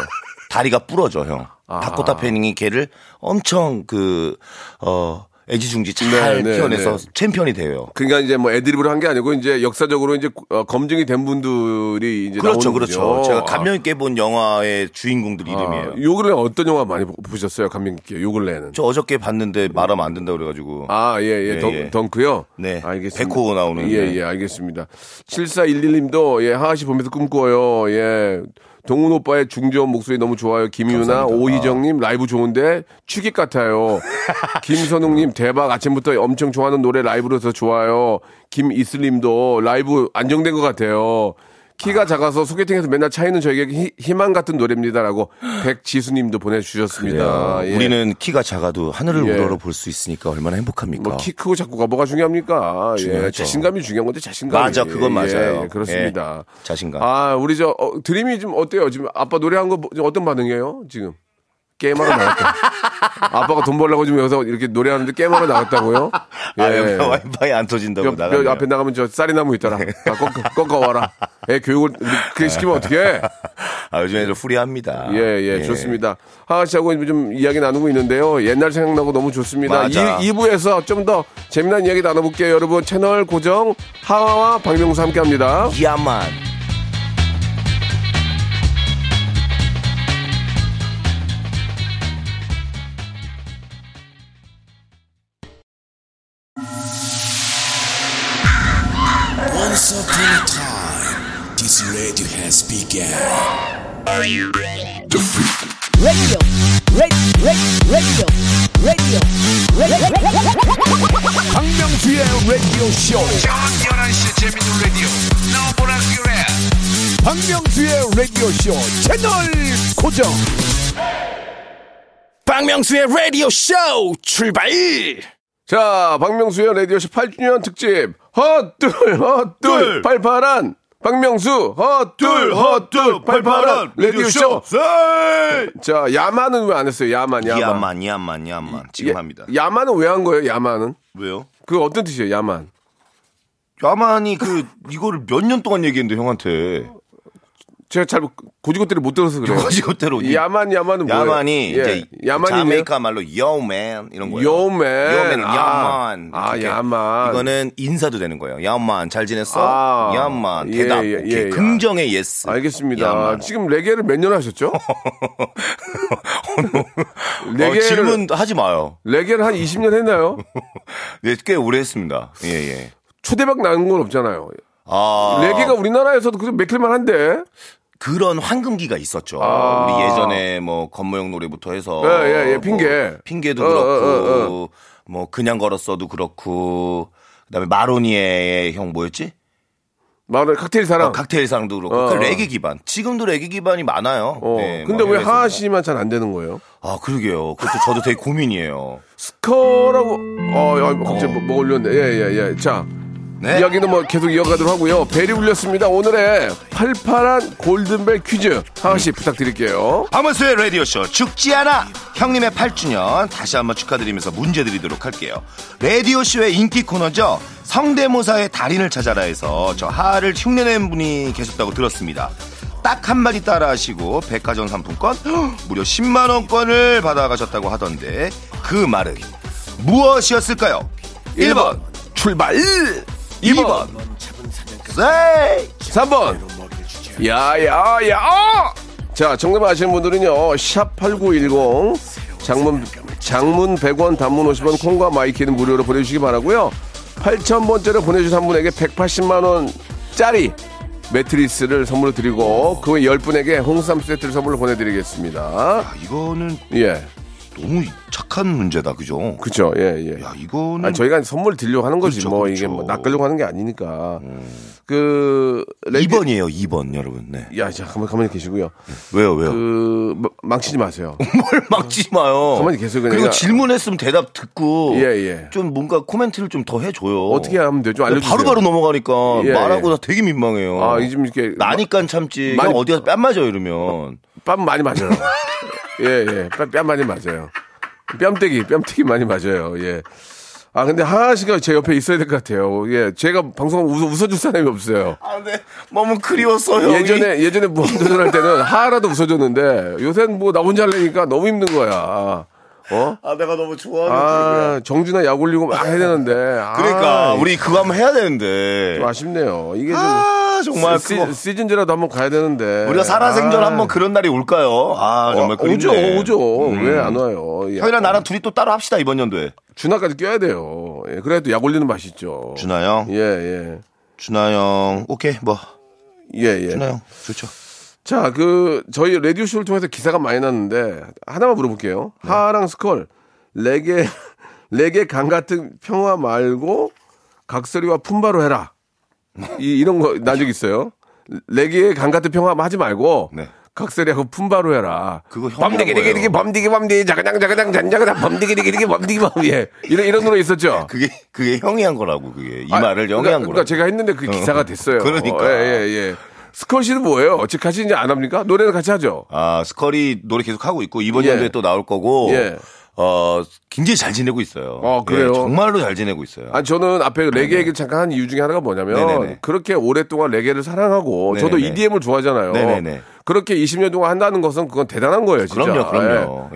S4: 다리가 부러져 형.
S3: 아.
S4: 다코타 패닝이 걔를 엄청 그, 그어 애지중지 잘
S3: 네, 네,
S4: 표현해서
S3: 네.
S4: 챔피언이 돼요.
S3: 그러니까 이제 뭐 애드립으로 한 게 아니고 이제 역사적으로 이제 어, 검증이 된 분들이 이제
S4: 그렇죠,
S3: 나오는 거죠.
S4: 그렇죠. 제가 감명 있게 본 영화의 주인공들 이름이에요.
S3: 아, 요 근래 어떤 영화 많이 보- 보셨어요? 감명 깊게. 요 근래는.
S4: 저 어저께 봤는데 말하면 안 된다 그래가지고.
S3: 아, 예, 예.
S4: 예,
S3: 덩,
S4: 예.
S3: 덩크요?
S4: 네.
S3: 알겠습니다.
S4: 백호 나오는.
S3: 예,
S4: 네.
S3: 예, 알겠습니다. 7411님도, 예, 하하씨 보면서 꿈꿔요. 예. 동훈 오빠의 중저음 목소리 너무 좋아요. 김유나, 오희정님
S4: 아.
S3: 라이브 좋은데 취객 같아요. 김선웅님 대박 아침부터 엄청 좋아하는 노래 라이브로 더 좋아요. 김이슬님도 라이브 안정된 것 같아요. 키가 작아서 소개팅에서 맨날 차이는 저에게 희- 희망 같은 노래입니다라고 백지수님도 보내주셨습니다. 예.
S6: 우리는 키가 작아도 하늘을
S3: 예.
S6: 우러러 볼 수 있으니까 얼마나 행복합니까?
S3: 뭐 키 크고 작고가 뭐가 중요합니까? 예,
S6: 그러니까. 중요하죠.
S3: 자신감이 중요한 건데 자신감
S6: 맞아, 그건 맞아요.
S3: 그렇습니다.
S6: 예, 자신감.
S3: 아 우리 저 어, 드림이 지금 어때요? 지금 아빠 노래한 거 뭐- 어떤 반응이에요? 지금 게임하러 나갔다. 아빠가 돈 벌려고 지금 여기서 이렇게 노래하는데 게임하러 나갔다고요? 예.
S6: 아, 여기 와이파이 안 터진다고
S3: 옆,
S6: 나가면
S3: 옆 앞에 나가면 저 쌀이나무 있더라. 아, 꺾어, 꺾어 와라. 애 교육을 그렇게 시키면 어떡해?
S6: 아, 요즘 애들 후리합니다.
S3: 예, 예, 좋습니다. 하하 씨하고 좀 이야기 나누고 있는데요. 옛날 생각나고 너무 좋습니다.
S6: 맞아.
S3: 2, 부에서 좀 더 재미난 이야기 나눠볼게요. 여러분, 채널 고정, 하하와 박명수 함께 합니다.
S6: 야만.
S7: Once upon a time, this radio has begun.
S8: radio, radio, radio, radio, radio, radio.
S1: 박명수의 라디오 쇼. 저녁 11시 재밌는 라디오. 나보라 그래. 박명수의 라디오 쇼 채널 고정.
S2: 박명수의 라디오 쇼 출발!
S3: 자, 박명수의 라디오 18주년 특집. 헛둘, 헛둘,
S6: 둘.
S3: 팔팔한. 박명수, 헛둘, 헛둘, 팔팔한.
S6: 네.
S3: 라디오쇼. 자, 야만은 왜 안 했어요? 야만, 야만. 예,
S6: 야만, 야만, 야만. 지금
S3: 야-
S6: 합니다.
S3: 야만은 왜 한 거예요? 야만은?
S6: 왜요?
S3: 그 어떤 뜻이에요? 야만.
S6: 야만이 그 이거를 몇 년 동안 얘기했는데
S3: 예.
S6: 형한테
S3: 제가 잘 고지고대로 못 들어서 그래요.
S6: 거지것대로
S3: 예. 야만 야만은 뭐예요?
S6: 야만이
S3: 예.
S6: 이제
S3: 야만이네요?
S6: 자메이카 말로 요맨 이런 거예요.
S3: 요맨.
S6: 요맨은
S3: 아.
S6: 야만.
S3: 아,
S6: 이렇게.
S3: 야만.
S6: 이거는 인사도 되는 거예요. 야만 잘 지냈어?
S3: 아.
S6: 야만
S3: 예,
S6: 대답.
S3: 예,
S6: 오케이.
S3: 예, 예.
S6: 긍정의 예스.
S3: 알겠습니다.
S6: 야만.
S3: 지금 레게를 몇 년 하셨죠?
S6: 어,
S3: 레게를-
S6: 질문 하지 마요.
S3: 레게를 한 20년 했나요?
S6: 네, 꽤 오래 했습니다. 예, 예.
S3: 초대박 나는 건 없잖아요.
S6: 아.
S3: 레게가 우리나라에서도 그래도 맥힐만 한데.
S6: 그런 황금기가 있었죠.
S3: 아.
S6: 우리 예전에 뭐 건모형 노래부터 해서
S3: 예, 예, 예,
S6: 뭐
S3: 핑계.
S6: 핑계도
S3: 어,
S6: 그렇고
S3: 어, 어,
S6: 뭐 그냥 걸었어도 그렇고 그다음에 마로니에의 형 뭐였지?
S3: 말을 칵테일 사랑.
S6: 어, 칵테일 상도 그렇고
S3: 어,
S6: 그
S3: 어.
S6: 레게 기반. 지금도 레게 기반이 많아요.
S3: 어.
S6: 네,
S3: 근데
S6: 막
S3: 왜
S6: 해외에서.
S3: 하하 씨만 잘 안 되는 거예요?
S6: 아, 그러게요. 그것도 저도 되게 고민이에요.
S3: 스커라고. 어, 야, 갑자기 뭐, 뭐 올렸네. 예, 예, 예. 자.
S6: 네.
S3: 이야기는 뭐 계속 이어가도록 하고요. 벨이 울렸습니다. 오늘의 팔팔한 골든벨 퀴즈. 하하 씨 부탁드릴게요.
S6: 박명수의 라디오쇼 죽지 않아 형님의 8주년 다시 한번 축하드리면서 문제 드리도록 할게요 라디오쇼의 인기 코너죠 성대모사의 달인을 찾아라에서 저 하하를 흉내낸 분이 계셨다고 들었습니다 딱 한마디 따라하시고 백화점 상품권 무려 10만원권을 받아가셨다고 하던데 그 말은 무엇이었을까요? 1번
S3: 출발!
S6: 2번 세
S3: 3번. 야야야. 어! 자, 정답 아시는 분들은요. 샵 8910 장문 장문 100원 단문 50원 콩과 마이키는 무료로 보내 주시기 바라고요. 8000번째를 보내 주신 한 분에게 180만 원 짜리 매트리스를 선물로 드리고 그 외 10분에게 홍삼 세트를 선물로 보내 드리겠습니다.
S6: 아, 이거는
S3: 예.
S6: 너무 착한 문제다 그죠?
S3: 그렇죠. 예, 예.
S6: 야 이거는
S3: 아, 저희가 선물 드리려고 하는 거지
S6: 그렇죠,
S3: 뭐
S6: 그렇죠.
S3: 이게 뭐 낚으려고 하는 게 아니니까. 그 레디-
S6: 음. 2번이에요, 2번 여러분. 네.
S3: 야, 자, 가만 가만히 계시고요.
S6: 왜요, 왜요?
S3: 그 마- 망치지 마세요.
S6: 뭘 막지 마요.
S3: 가만히 계세요, 그냥.
S6: 그리고
S3: 그러니까-
S6: 질문했으면 대답 듣고
S3: 예, 예.
S6: 좀 뭔가 코멘트를 좀 더 해줘요.
S3: 어떻게 하면 돼요? 좀 알려주세요.
S6: 바로바로 넘어가니까
S3: 예,
S6: 말하고
S3: 예.
S6: 나 되게 민망해요.
S3: 아, 요즘 이렇게
S6: 나니까 참지.
S3: 많이-
S6: 그냥 어디 가서 뺨 맞아 이러면.
S3: 뺨 많이 맞아요. 예, 예. 뺨, 뺨 많이 맞아요. 뺨때기, 뺨때기 많이 맞아요. 예. 아, 근데 하하 씨가 제 옆에 있어야 될 것 같아요. 예. 제가 방송 웃어, 웃어줄 사람이 없어요.
S6: 아, 네. 너무 그리웠어요. 형이.
S3: 예전에, 예전에 뭐 무한도전 할 때는 하하라도 웃어줬는데 요새는 뭐 나 혼자 하려니까 너무 힘든 거야. 어?
S6: 아, 내가 너무 좋아하는 친구야.
S3: 아, 정준아 약 올리고 막 해야 되는데. 아,
S6: 그러니까 우리 그거 한번 해야 되는데.
S3: 좀 아쉽네요. 이게 좀.
S6: 아, 정말
S3: 시,
S6: 그거.
S3: 즌제라도 한번 가야 되는데.
S6: 우리가 살아생전
S3: 아.
S6: 한번 그런 날이 올까요? 아, 정말
S3: 어, 오죠,
S6: 그립네. 음.
S3: 오죠. 왜 안 와요? 예.
S6: 형이랑 나랑 둘이 또 따로 합시다 이번 연도에.
S3: 준하까지 껴야 돼요. 예, 그래도 약 올리는 맛이 있죠.
S6: 준하 형,
S3: 예, 예.
S6: 준하 형, 오케이 뭐
S3: 예, 예.
S6: 준하 형 좋죠.
S3: 자, 그, 저희 라디오쇼를 통해서 기사가 많이 났는데, 하나만 물어볼게요.
S6: 네.
S3: 하랑 스컬, 레게, 레게 강 같은 평화 말고, 각설이와 품바로 해라. 이, 이런 거 난 적 있어요. 레게의 강 같은 평화 하지 말고
S6: 네.
S3: 각설이하고 품바로 해라.
S6: 그거 혐오한
S3: 범디기디기디기 범디기 범디 자그당자그당 잔자그당 범디기디기디기 범디기 범디 예. 이런 이런 노래 있었죠.
S6: 그게 그게 형이 한 거라고 그게 이
S3: 아,
S6: 말을 형이
S3: 그러니까,
S6: 한 거라고.
S3: 그러니까 제가 했는데 그 기사가 됐어요.
S6: 그러니까.
S3: 예예 예. 스컷이는 뭐예요? 어찌 같이 이제 안 합니까? 노래는 같이 하죠.
S6: 아 스컬이 노래 계속 하고 있고 이번
S3: 예.
S6: 연도에 또 나올 거고.
S3: 예.
S6: 어 굉장히 잘 지내고 있어요.
S3: 아, 그래요?
S6: 예, 정말로 잘 지내고 있어요.
S3: 아니 저는 앞에 레게 얘기를 잠깐 한 이유 중에 하나가 뭐냐면
S6: 네, 네네네.
S3: 그렇게 오랫동안 레게를 사랑하고 저도
S6: 네네네.
S3: EDM을 좋아하잖아요.
S6: 네네네. 그럼요,
S3: 예.
S6: 그럼요.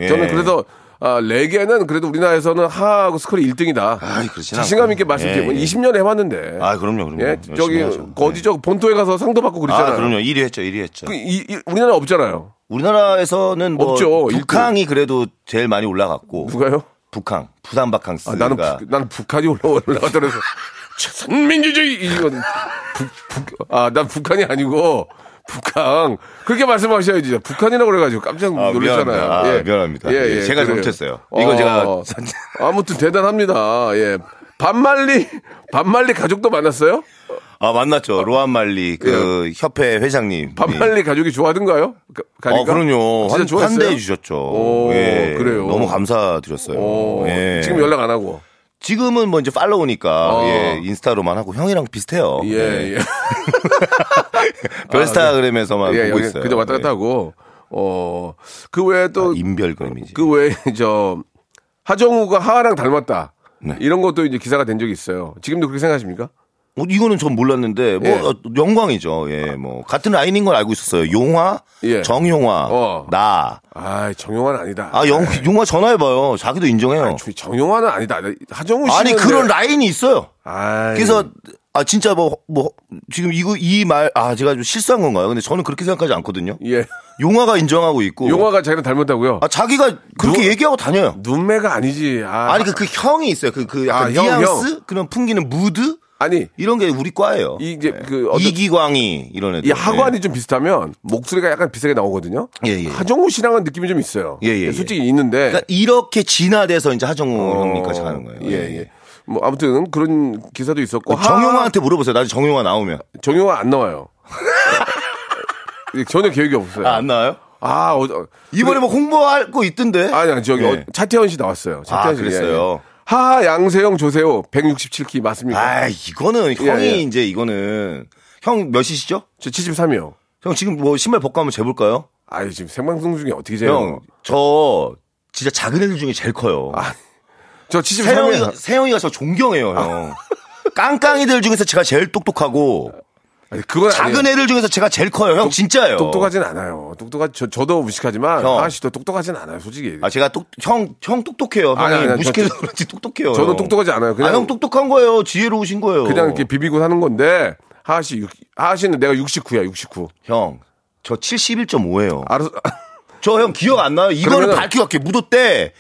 S6: 예.
S3: 저는 그래서 아, 레게는 그래도 우리나라에서는 하하하고 스컬이 1등이다.
S6: 아이, 그렇진
S3: 자신감
S6: 않고.
S3: 있게 말씀드리고
S6: 예, 예.
S3: 20년 해왔는데.
S6: 아, 그럼요, 그럼요.
S3: 예,
S6: 열심히
S3: 저기
S6: 하죠. 네.
S3: 거지 저 본토에 가서 상도 받고 그랬잖아요.
S6: 아 그럼요. 1위 했죠. 1위 했죠.
S3: 그 이- 이- 우리나라 없잖아요.
S6: 우리나라에서는 뭐
S3: 없죠,
S6: 북항이 그래도 제일 많이 올라갔고
S3: 누가요?
S6: 북항 부산 바캉스
S3: 아, 나는 북, 나는 북한이 올라와- 올라왔다고 해서 선민주주의 이건 북북아난 북한이 아니고 북한 그렇게 말씀하셔야지 북한이라고 그래가지고 깜짝
S6: 아,
S3: 놀랐잖아요.
S6: 미안합니다. 아, 미안합니다. 예, 제가
S3: 그래요.
S6: 잘못했어요. 이건 제가
S3: 아무튼 대단합니다. 예 반말리 반말리 가족도 만났어요?
S6: 아 만났죠 로안 말리 그 협회 회장님
S3: 예. 반말리 가족이 좋아하던가요? 가,
S6: 예. 어,
S3: 가니까?
S6: 그럼요.
S3: 진짜
S6: 환-
S3: 좋아했어요?
S6: 환대해 주셨죠. 예.
S3: 오, 그래요.
S6: 너무 감사드렸어요.
S3: 오,
S6: 예.
S3: 지금 연락 안 하고.
S6: 지금은 뭐 이제 팔로우니까
S3: 어.
S6: 예, 인스타로만 하고 형이랑 비슷해요.
S3: 예,
S6: 예.
S3: 예.
S6: 별스타그램에서만
S3: 예,
S6: 아, 보고
S3: 여기
S6: 있어요. 아,
S3: 그저 왔다 갔다 하고, 어, 그 외에 또,
S6: 인별그램이지.
S3: 그 외에 저, 하정우가 하하랑 닮았다.
S6: 네.
S3: 이런 것도 이제 기사가 된 적이 있어요. 지금도 그렇게 생각하십니까?
S6: 어, 이거는 전 몰랐는데 뭐
S3: 예.
S6: 어, 영광이죠. 예, 뭐 같은 라인인 걸 알고 있었어요. 용화,
S3: 예.
S6: 정용화,
S3: 어.
S6: 나.
S3: 아, 정용화는 아니다. 예.
S6: 아, 영, 용화 전화해봐요. 자기도 인정해요.
S3: 저- 정용화는 아니다. 네, 하정우 씨.
S6: 아니 그런 라인이 있어요.
S3: 아
S6: 그래서 아 진짜 뭐 뭐 지금 이거 이 말 아 제가 좀 실수한 건가요? 근데 저는 그렇게 생각하지 않거든요.
S3: 예.
S6: 용화가 인정하고 있고
S3: 용화가 자기랑 닮았다고요?
S6: 뭐. 아 자기가 그렇게
S3: 누-
S6: 얘기하고 다녀요.
S3: 눈매가 아니지. 아,
S6: 아니 그, 그 형이 있어요. 그 그
S3: 아,
S6: 약간
S3: 형,
S6: 뉘앙스 그런 풍기는 무드
S3: 아니,
S6: 이런 게 우리 과예요.
S3: 이 이제 그 어떤-
S6: 네. 이기광이 이런 애들.
S3: 이 하관이 좀 비슷하면 목소리가 약간 비슷하게 나오거든요.
S6: 예, 예.
S3: 하정우 씨랑은 느낌이 좀 있어요.
S6: 예, 예, 예.
S3: 솔직히 있는데.
S6: 그러니까 이렇게 진화돼서 이제 하정우 형님까지 가는 거예요.
S3: 어, 예, 예. 뭐 아무튼 그런 기사도 있었고 하-
S6: 정용화한테 물어보세요. 나중에 정용화 나오면
S3: 정용화 안 나와요. 예, 전혀 계획이 없어요.
S6: 아, 안 나와요?
S3: 아, 어저-
S6: 이번에 뭐 홍보할 거 있던데.
S3: 아니 아니, 저기
S6: 예.
S3: 어, 차태현 씨 나왔어요. 차태현
S6: 아,
S3: 씨. 예,
S6: 그랬어요.
S3: 하 양세형 조세호 167키 맞습니까?
S6: 아, 이거는 형이
S3: 예.
S6: 이제 이거는 형 몇이시죠?
S3: 저 73이요.
S6: 형 지금 뭐 신발 벗고 한번 재볼까요?
S3: 아유 지금 생방송 중에 어떻게 재요?
S6: 형, 저 진짜 작은 애들 중에 제일 커요.
S3: 아, 저 73이요.
S6: 세영이가 세영이가 저 존경해요, 형.
S3: 아.
S6: 깡깡이들 중에서 제가 제일 똑똑하고
S3: 아니, 그건
S6: 작은
S3: 아니에요.
S6: 애들 중에서 제가 제일 커요, 형. 진짜요.
S3: 예. 똑똑하진 않아요. 똑똑하 저, 저도 무식하지만
S6: 형.
S3: 하하 씨도 똑똑하진 않아요. 솔직히.
S6: 아 제가 똑형형 똑똑해요. 형이
S3: 아니, 아니, 아니,
S6: 무식해서
S3: 저- 저-
S6: 그런지 똑똑해요.
S3: 저는
S6: 형.
S3: 똑똑하지 않아요. 그냥-
S6: 아, 형 똑똑한 거예요. 지혜로우신 거예요.
S3: 그냥 이렇게 비비고 사는 건데 하하 씨 육- 하하 씨는 내가 69야 69.
S6: 형. 저 71.5예요.
S3: 알아서
S6: 저 형 기억 안 나요. 이거는
S3: 그러면은-
S6: 밝혀갖게 무도 때.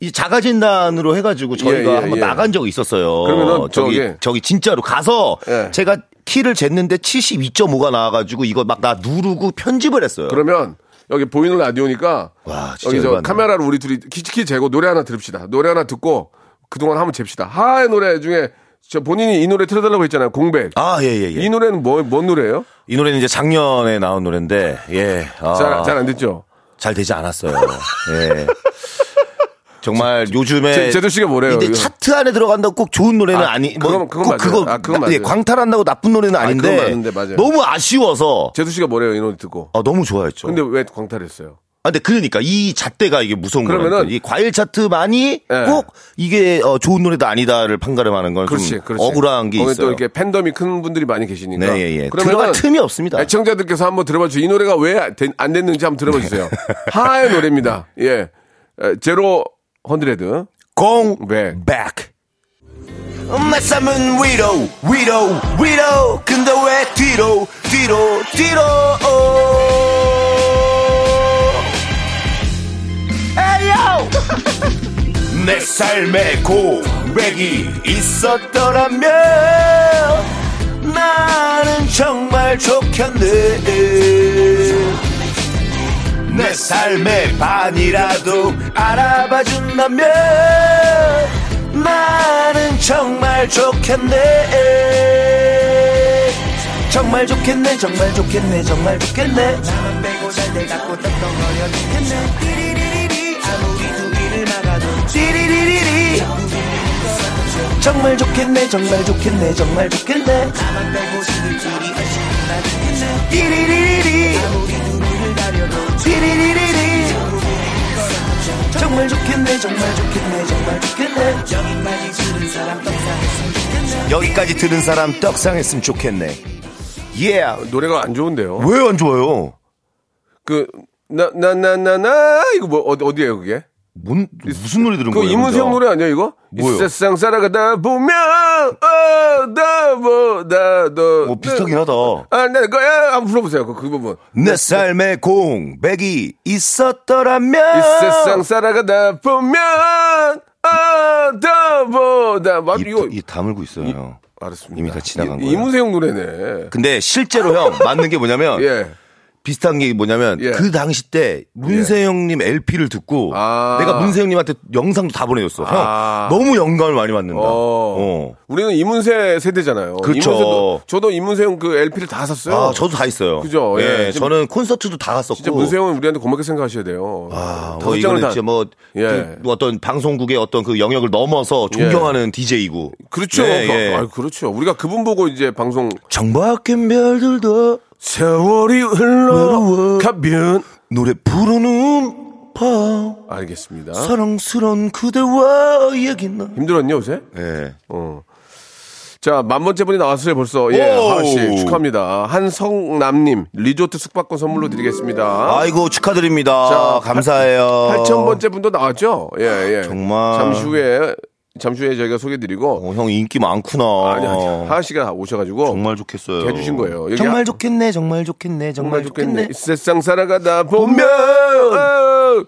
S6: 이 자가진단으로 해가지고 저희가
S3: 예, 예,
S6: 한번
S3: 예.
S6: 나간 적이 있었어요.
S3: 그러면은
S6: 저기
S3: 저기-
S6: 저기 진짜로 가서
S3: 예.
S6: 제가 키를 쟀는데 72.5가 나와가지고 이거 막 나 누르고 편집을 했어요.
S3: 그러니까. 그러면 여기 보이는 라디오니까
S6: 와, 진짜
S3: 여기 저
S6: 열받네.
S3: 카메라로 우리 둘이 키치키 재고 노래 하나 들읍시다. 노래 하나 듣고 그동안 한번 잽시다. 하하의 노래 중에 저 본인이 이 노래 틀어달라고 했잖아요. 공백.
S6: 아, 예, 예, 예.
S3: 이 노래는 뭐, 뭔 노래예요?
S6: 이 노래는 이제 작년에 나온 노래인데 예. 아,
S3: 잘 잘 안 됐죠?
S6: 잘 되지 않았어요. 예. 정말 요즘에
S3: 제- 제도 씨가 뭐래요,
S6: 이제
S3: 이거?
S6: 차트 안에 들어간다고 꼭 좋은 노래는
S3: 아,
S6: 아, 니
S3: 그건- 그건 맞아요.
S6: 그거
S3: 아, 그건
S6: 나- 예,
S3: 맞아요.
S6: 광탈한다고 나쁜 노래는 아닌데,
S3: 그건 맞는데, 맞아요.
S6: 너무 아쉬워서
S3: 제수 씨가 뭐래요? 이 노래 듣고.
S6: 아, 너무 좋아했죠.
S3: 근데 왜 광탈했어요?
S6: 아, 근데 그러니까 이 잣대가 이게 무서운
S3: 그러면은-
S6: 거예요. 이 과일 차트만이
S3: 예.
S6: 꼭 이게 어, 좋은 노래다 아니다를 판가름하는 건좀
S3: 그렇지, 그렇지.
S6: 음, 억울한 게
S3: 거기
S6: 있어요.
S3: 또 이렇게 팬덤이 큰 분들이 많이 계시니까.
S6: 네, 예, 예. 들어갈 틈이 없습니다.
S3: 애청자들께서 한번 들어봐 주세요. 이 노래가 왜 안 됐는지 한번 들어봐 주세요.
S6: 네.
S3: 하하의 노래입니다. 예. 에, 제로 헌드레드.
S6: 공
S3: 백.
S6: back. 맞삼은 위로 위로 위로 근데 왜 뒤로 뒤로 뒤로 에이요 내 삶에 고백이 있었더라면 나는 정말 좋겠네 내 삶의 반이라도 알아봐 준다면 나는 정말 좋겠네
S4: 정말 좋겠네 정말 좋겠네 정말 좋겠네 나만 빼고 잘돼 갖고 떡덩거려 죽겠네 띠리리리리 아무리 두 귀를 막아도 띠리리리리 정말 좋겠네 정말 좋겠네 정말 좋겠네 나만 빼고 지들끼리 아쉽구나 죽겠네 띠리리리리 아무리 누구를 가려도 띠리리리리 정말 좋겠네 정말 좋겠네 정말 좋겠네 여기까지 들은 사람 떡상했으면 좋겠네
S6: 여기까지 들은 사람 떡상했으면 좋겠네. 예. Yeah.
S3: 노래가 안 좋은데요.
S6: 왜 안 좋아요?
S3: 그, 나, 나, 나, 나, 나, 이거 뭐, 어디, 어디에요, 그게?
S6: 뭔, 무슨 노래 들은
S3: 그
S6: 거예요?
S3: 이문세형
S6: 혼자?
S3: 노래 아니야, 이거?
S6: 뭐요?
S3: 이 세상 살아가다 보면, 어, 나, 뭐, 나, 너.
S6: 뭐 비슷하긴 하다.
S3: 아, 내 거야. 한번 불러보세요, 그, 그 부분.
S6: 내 삶에 공백이 있었더라면
S3: 이 세상 살아가다 보면, 어, 나, 뭐, 나, 막,
S6: 입,
S3: 이거.
S6: 입 다물고 있어요.
S3: 알았습니다.
S6: 이미 다 지나간
S3: 이-
S6: 거예요.
S3: 이문세형 노래네.
S6: 근데 실제로 형 맞는 게 뭐냐면
S3: 예.
S6: 비슷한 게 뭐냐면
S3: 예.
S6: 그 당시 때 문세영님 LP를 듣고
S3: 아.
S6: 내가 문세영님한테 영상도 다 보내줬어. 형
S3: 아.
S6: 너무 영감을 많이 받는다.
S3: 어.
S6: 어.
S3: 우리는 이문세 세대잖아요.
S6: 그쵸.
S3: 이문세도- 저도 이문세형 그 LP를 다 샀어요.
S6: 아 저도 다 있어요.
S3: 그죠,
S6: 예,
S3: 예.
S6: 저는 콘서트도 다 갔었고.
S3: 진짜 문세형은 우리한테 고맙게 생각하셔야 돼요.
S6: 아,
S3: 다섯
S6: 뭐
S3: 장을
S6: 이거는 진짜 뭐
S3: 예.
S6: 그 어떤 방송국의 어떤 그 영역을 넘어서 존경하는 DJ이고.
S3: 그렇죠.
S6: 네, 예.
S3: 아, 그렇죠. 우리가 그분 보고 이제 방송
S6: 정박한 별들도
S3: 세월이 흘러 가면
S6: 노래 부르는 밤
S3: 알겠습니다.
S6: 사랑스런 그대와 얘기 나.
S3: 힘들었냐 요새?
S6: 예.
S3: 어. 자, 만 번째 분이 나왔어요, 벌써. 예, 하하 씨
S6: 오우.
S3: 축하합니다. 한성남님, 리조트 숙박권 선물로 드리겠습니다.
S6: 아이고 축하드립니다.
S3: 자,
S6: 감사해요.
S3: 8,000번째 분도 나왔죠? 예, 예.
S6: 정말.
S3: 잠시 후에, 잠시 후에 저희가 소개해드리고.
S6: 어, 형 인기 많구나.
S3: 아니, 아니, 하하 씨가 오셔가지고.
S6: 어. 정말 좋겠어요.
S3: 해주신 거예요. 여기 하-
S6: 정말 좋겠네. 정말 좋겠네. 정말,
S3: 정말
S6: 좋겠네.
S3: 좋겠네. 이 세상 살아가다 보면! 어,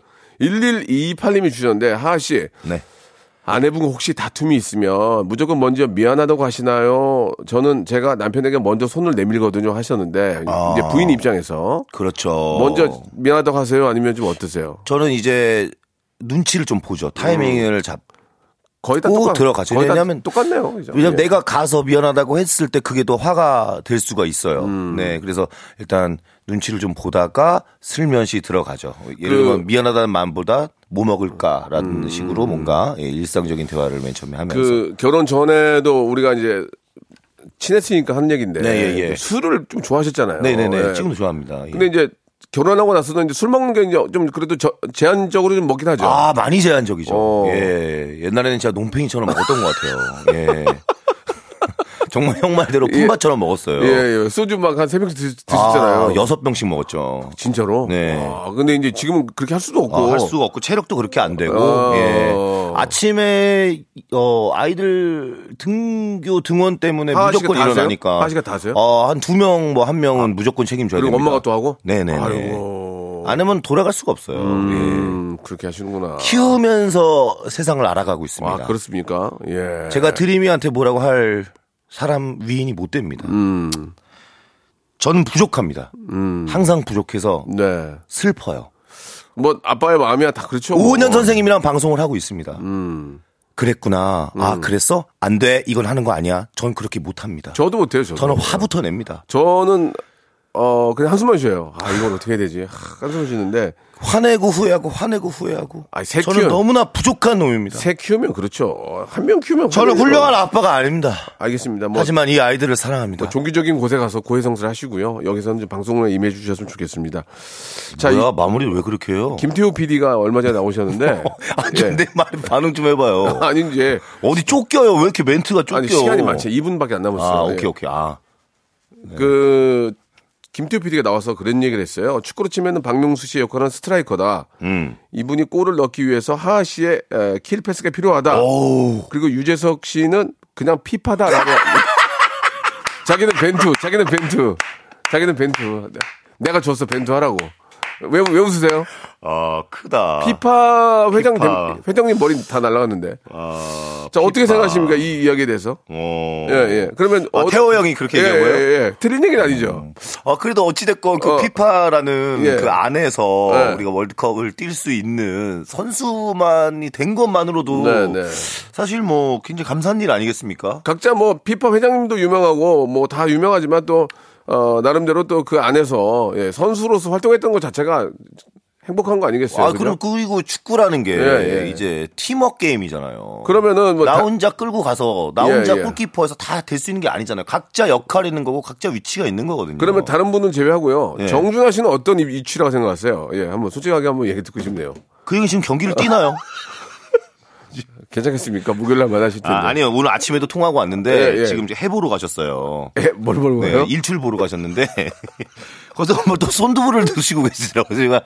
S3: 1128님이 주셨는데, 하하 씨.
S6: 네.
S3: 아내분 혹시 다툼이 있으면 무조건 먼저 미안하다고 하시나요? 저는 제가 남편에게 먼저 손을 내밀거든요 하셨는데
S6: 아.
S3: 이제 부인 입장에서
S6: 그렇죠.
S3: 먼저 미안하다고 하세요? 아니면 좀 어떠세요?
S6: 저는 이제 눈치를 좀 보죠. 타이밍을 잡.
S3: 거의 다
S6: 오,
S3: 똑같,
S6: 들어가죠.
S3: 거의 다
S6: 왜냐면-
S3: 똑같네요. 그죠?
S6: 왜냐면
S3: 예.
S6: 내가 가서 미안하다고 했을 때 그게 또 화가 될 수가 있어요.
S3: 음.
S6: 네. 그래서 일단 눈치를 좀 보다가 슬면시 들어가죠. 예를
S3: 그- 음.
S6: 들면 미안하다는 마음보다 뭐 먹을까라는 식으로 뭔가 예, 일상적인 대화를 맨 처음에 하면서.
S3: 그 결혼 전에도 우리가 이제 친했으니까 하는 얘기인데
S6: 네, 예, 예.
S3: 술을 좀 좋아하셨잖아요.
S6: 네네네.
S3: 예.
S6: 지금도 좋아합니다. 예.
S3: 근데 이제 결혼하고 나서도 이제 술 먹는 게 이제 좀 그래도 저- 제한적으로 좀 먹긴 하죠.
S6: 아, 많이 제한적이죠.
S3: 어.
S6: 예. 옛날에는 진짜 논팽이처럼 먹었던 것 같아요. 예. 정말 형 말대로 품바처럼 먹었어요.
S3: 예, 예. 소주 막 한 세 병씩 드- 드셨잖아요.
S6: 아, 여섯 병씩 먹었죠.
S3: 진짜로?
S6: 네.
S3: 아, 근데 이제 지금은 그렇게 할 수도 없고.
S6: 아, 할 수가 없고 체력도 그렇게 안 되고
S3: 어.
S6: 예. 아침에 어, 아이들 등교 등원 때문에
S3: 하하 씨가
S6: 무조건
S3: 다 하세요?
S6: 일어나니까
S3: 하하 씨가 다 하세요? 아,
S6: 어, 한 두 명 뭐 한 명은 무조건 책임져야
S3: 그리고
S6: 됩니다.
S3: 엄마가 또 하고?
S6: 네네네.
S3: 아이고.
S6: 안 하면 돌아갈 수가 없어요. 예.
S3: 음, 그렇게 하시는구나.
S6: 키우면서 세상을 알아가고
S3: 아,
S6: 있습니다.
S3: 그렇습니까? 예.
S6: 제가 드림이한테 뭐라고 할 사람 위인이 못 됩니다.
S3: 음.
S6: 저는 부족합니다. 항상 부족해서
S3: 네.
S6: 슬퍼요.
S3: 뭐, 아빠의 마음이야. 다 그렇죠. 뭐.
S6: 오은현 선생님이랑 방송을 하고 있습니다.
S3: 음.
S6: 그랬구나. 아, 그랬어? 안 돼. 이건 하는 거 아니야. 전 그렇게 못 합니다.
S3: 저도 못해요, 저도.
S6: 저는 화부터 냅니다.
S3: 저는, 어, 그냥 한숨만 쉬어요. 아, 이건 어떻게 해야 되지? 하, 한숨 쉬는데,
S6: 화내고 후회하고 화내고 후회하고.
S3: 아니, 새
S6: 저는
S3: 키운-
S6: 너무나 부족한 놈입니다.
S3: 새 키우면 그렇죠. 한 명 키우면.
S6: 그러니까. 저는
S3: 화내죠.
S6: 훌륭한 아빠가 아닙니다.
S3: 알겠습니다. 뭐,
S6: 하지만 이 아이들을 사랑합니다.
S3: 종기적인 곳에 가서 고해성사를 하시고요. 여기서는 좀 방송을 임해 주셨으면 좋겠습니다. 자, 이
S6: 뭐야, 마무리를 왜 그렇게 해요?
S3: 김태우 PD가 얼마 전에 나오셨는데.
S6: 아, 뭐.
S3: 예.
S6: 좀내 말 반응 좀 해봐요.
S3: 아니, 이제.
S6: 어디 쫓겨요? 왜 이렇게 멘트가 쫓겨?
S3: 아니 시간이 많지 2분밖에 안 남았어요.
S6: 아,
S3: 예.
S6: 오케이, 오케이. 아.
S3: 그 김태우 PD가 나와서 그런 얘기를 했어요. 축구로 치면은 박명수 씨의 역할은 스트라이커다.
S6: 음.
S3: 이분이 골을 넣기 위해서 하하 씨의 에, 킬 패스가 필요하다. 그리고 유재석 씨는 그냥 피파다라고. 자기는 벤투, 자기는 벤투, 자기는 벤투. 내가 줬어 벤투 하라고. 왜, 왜 웃으세요?
S6: 아, 크다.
S3: 피파 회장
S6: 피파.
S3: 님 회장님 머리 다 날라갔는데.
S6: 아,
S3: 자 어떻게 생각하십니까 이 이야기에 대해서?
S6: 어.
S3: 예, 예. 그러면
S6: 아,
S3: 어-
S6: 태호 형이 그렇게
S3: 예,
S6: 얘기한 거예요?
S3: 예, 예. 틀린 얘기는 아니죠.
S6: 아, 그래도 어찌됐건 그
S3: 어.
S6: 피파라는
S3: 예.
S6: 그 안에서
S3: 네.
S6: 우리가 월드컵을 뛸 수 있는 선수만이 된 것만으로도
S3: 네, 네.
S6: 사실 뭐 굉장히 감사한 일 아니겠습니까?
S3: 각자 뭐 피파 회장님도 유명하고 뭐 다 유명하지만 또 어, 나름대로 또 그 안에서 예, 선수로서 활동했던 것 자체가 행복한 거 아니겠어요?
S6: 아,
S3: 그죠?
S6: 그리고, 그리고 축구라는 게
S3: 예, 예.
S6: 이제 팀워크 게임이잖아요.
S3: 그러면은 뭐
S6: 나
S3: 다-
S6: 혼자 끌고 가서 나
S3: 예,
S6: 혼자
S3: 예.
S6: 골키퍼에서 다 될 수 있는 게 아니잖아요. 각자 역할이 있는 거고 각자 위치가 있는 거거든요.
S3: 그러면 다른 분은 제외하고요.
S6: 어. 예.
S3: 정준하 씨는 어떤 위치라고 생각하세요? 예, 한번 솔직하게 한번 얘기 듣고 싶네요.
S6: 그 형이 지금 경기를 뛰나요?
S3: 괜찮겠습니까? 목요일날만 하실 텐데.
S6: 아, 아니요. 오늘 아침에도 통하고 왔는데
S3: 예, 예.
S6: 지금 이제 해보러 가셨어요.
S3: 예, 뭘, 뭘,
S6: 네,
S3: 뭐요?
S6: 일출 보러 가셨는데 거기서 뭐 또 손두부를 드시고 계시더라고요. 제가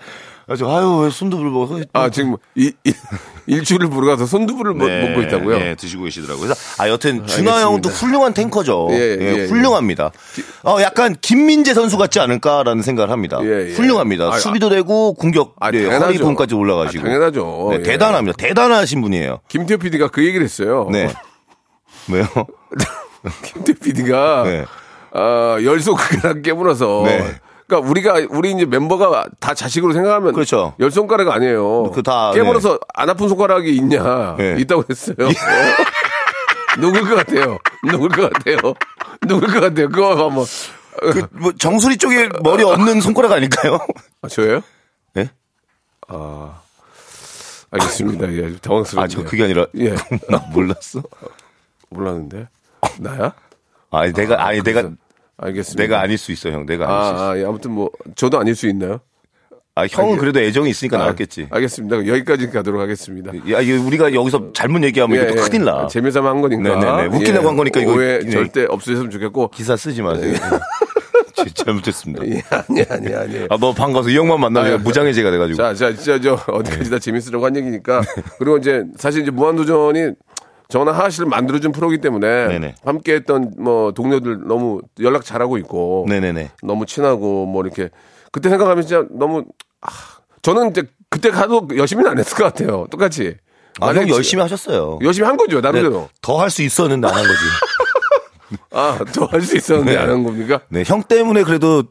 S6: 그래서 아유 왜 손두부를 먹어?
S3: 아, 지금 이, 이- 일주일을 부르 가서 손두부를 뭐 먹-
S6: 네,
S3: 먹고 있다고요?
S6: 네, 드시고 계시더라고요. 그래서 아 여튼 준하 형은 또
S3: 알겠습니다.
S6: 훌륭한 탱커죠.
S3: 예,
S6: 예,
S3: 예, 예.
S6: 훌륭합니다. 어 약간 김민재 선수 같지 않을까라는 생각을 합니다.
S3: 예, 예.
S6: 훌륭합니다.
S3: 아,
S6: 수비도 되고 공격
S3: 아,
S6: 예,
S3: 당연하죠.
S6: 허리본까지 올라가시고
S3: 아, 당연하죠.
S6: 네,
S3: 예.
S6: 대단합니다. 대단하신 분이에요.
S3: 김태호 PD가 그 얘기를 했어요.
S6: 네. 왜요?
S3: 김태호 PD가
S6: 네.
S3: 아, 열손가락 깨물어서
S6: 네.
S3: 그러니까 우리가 우리 이제 멤버가 다 자식으로 생각하면
S6: 그렇죠.
S3: 열 손가락 아니에요.
S6: 그다
S3: 깨물어서 안 아픈 손가락이 있냐?
S6: 네. 예.
S3: 있다고 했어요. 누굴 것 같아요? 누굴 것 같아요? 누굴 것 같아요? 그거 한번
S6: 그, 뭐 정수리 쪽에 머리 없는 손가락 아닐까요?
S3: 아, 저예요?
S6: 네?
S3: 알겠습니다. 예, 당황스럽네요.
S6: 아, 저 그게 아니라
S3: 예.
S6: 나 몰랐어.
S3: 몰랐는데 나야?
S6: 아니 내가 아니 내가
S3: 알겠습니다.
S6: 내가 아닐 수 있어 형. 내가 아닐 수 있어.
S3: 음. 아, 아, 예, 아무튼 뭐 저도 아닐 수 있나요?
S6: 아 형은 그래도 애정이 있으니까 나왔겠지. 예.
S3: 아, 알겠습니다. 그럼 여기까지 가도록 하겠습니다.
S6: 야, 이거 우리가 여기서 잘못 얘기하면 뭐 이게 또 큰일 나.
S3: 예, 재미삼아 한 거니까. 예.
S6: 네네네. 웃기려고 한 거니까 이거
S3: 오해
S6: 네.
S3: 절대 없으셨으면 좋겠고.
S6: 기사 쓰지 마세요. 제- 잘못했습니다.
S3: 예, 아니, 아니, 아니.
S6: 아, 너 반가워서 이 형만 만나면
S3: 아,
S6: 무장해제가 돼가지고.
S3: 자, 자, 진짜 저 어디까지 다 재밌으라고 한 얘기니까. 그리고 이제 사실 이제 무한도전이 저나 하하 씨를 만들어준 프로기 때문에
S6: 네네.
S3: 함께 했던 뭐 동료들 너무 연락 잘하고 있고.
S6: 네네네.
S3: 너무 친하고 뭐 이렇게 그때 생각하면 진짜 너무 아, 저는 이제 그때 가도 열심히는 안 했을 것 같아요. 똑같이.
S6: 아, 형
S3: 만약에 지-
S6: 열심히 네. 하셨어요.
S3: 열심히 한 거죠, 나름대로.
S6: 더 할 수 있었는데 안 한 거지.
S3: 아, 더 할 수 있었는데
S6: 네.
S3: 안 한 겁니까?
S6: 네, 형 때문에 그래도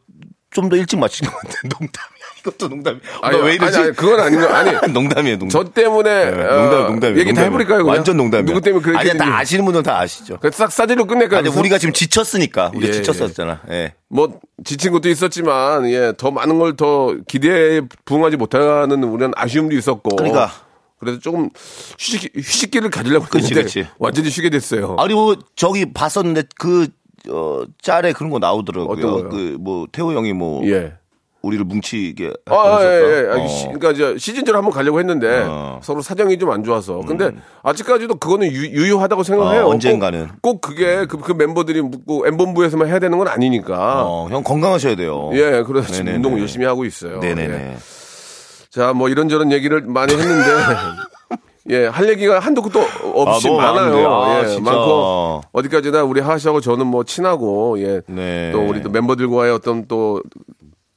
S6: 좀 더 일찍 마친 것 같아. 농담이야. 이것도 농담이야.
S3: 아니,
S6: 나 왜 이러지?
S3: 아니, 아니, 그건 아닌 거 아니.
S6: 농담이에요, 농담.
S3: 저 때문에
S6: 네,
S3: 어,
S6: 농담, 농담이에요.
S3: 얘기 다
S6: 농담이에요.
S3: 해버릴까요? 그냥?
S6: 완전 농담이에요.
S3: 누구 때문에 그렇게
S6: 아니, 다
S3: 됐는지.
S6: 아시는 분은 다 아시죠.
S3: 그싹 싸질로 끝낼까요?
S6: 아니,
S3: 그래서?
S6: 우리가 지금 지쳤으니까. 우리
S3: 예,
S6: 가 지쳤었잖아. 예.
S3: 뭐 지친 것도 있었지만 예, 더 많은 걸 더 기대에 부응하지 못하는 우리는 아쉬움도 있었고.
S6: 그러니까.
S3: 그래서 조금 휴식 휴식기를 가지려고
S6: 그치,
S3: 했는데
S6: 그치.
S3: 완전히 쉬게 됐어요.
S6: 아니 뭐 저기 봤었는데 그 어, 짤에 그런 거
S3: 어떤 거요?
S6: 나오더라고요. 그 뭐 태호 형이 뭐
S3: 예.
S6: 우리를 뭉치게
S3: 아, 예, 예.
S6: 하셨다.
S3: 아니,
S6: 어.
S3: 시- 그러니까 이제 시즌제로 한번 가려고 했는데
S6: 어. 음.
S3: 서로 사정이 좀 안 좋아서. 근데 아직까지도 그거는 유, 유하다고 생각해요.
S6: 어, 언젠가는.
S3: 꼭, 꼭 그게 그, 그 멤버들이 묻고 엠본부에서만 해야 되는 건 아니니까.
S6: 어, 형 건강하셔야 돼요.
S3: 예, 그래서 지금
S6: 네네네.
S3: 운동을 열심히 하고 있어요. 예.
S6: 네네네.
S3: 자, 뭐 이런저런 얘기를 많이 했는데 예, 할 얘기가 한도 끝도 없이
S6: 아, 너무
S3: 많아요.
S6: 많은데요. 아,
S3: 예,
S6: 진짜.
S3: 많고 어디까지나 우리 하하씨하고 저는 뭐 친하고 예,
S6: 네.
S3: 또 우리 또 멤버들과의 어떤 또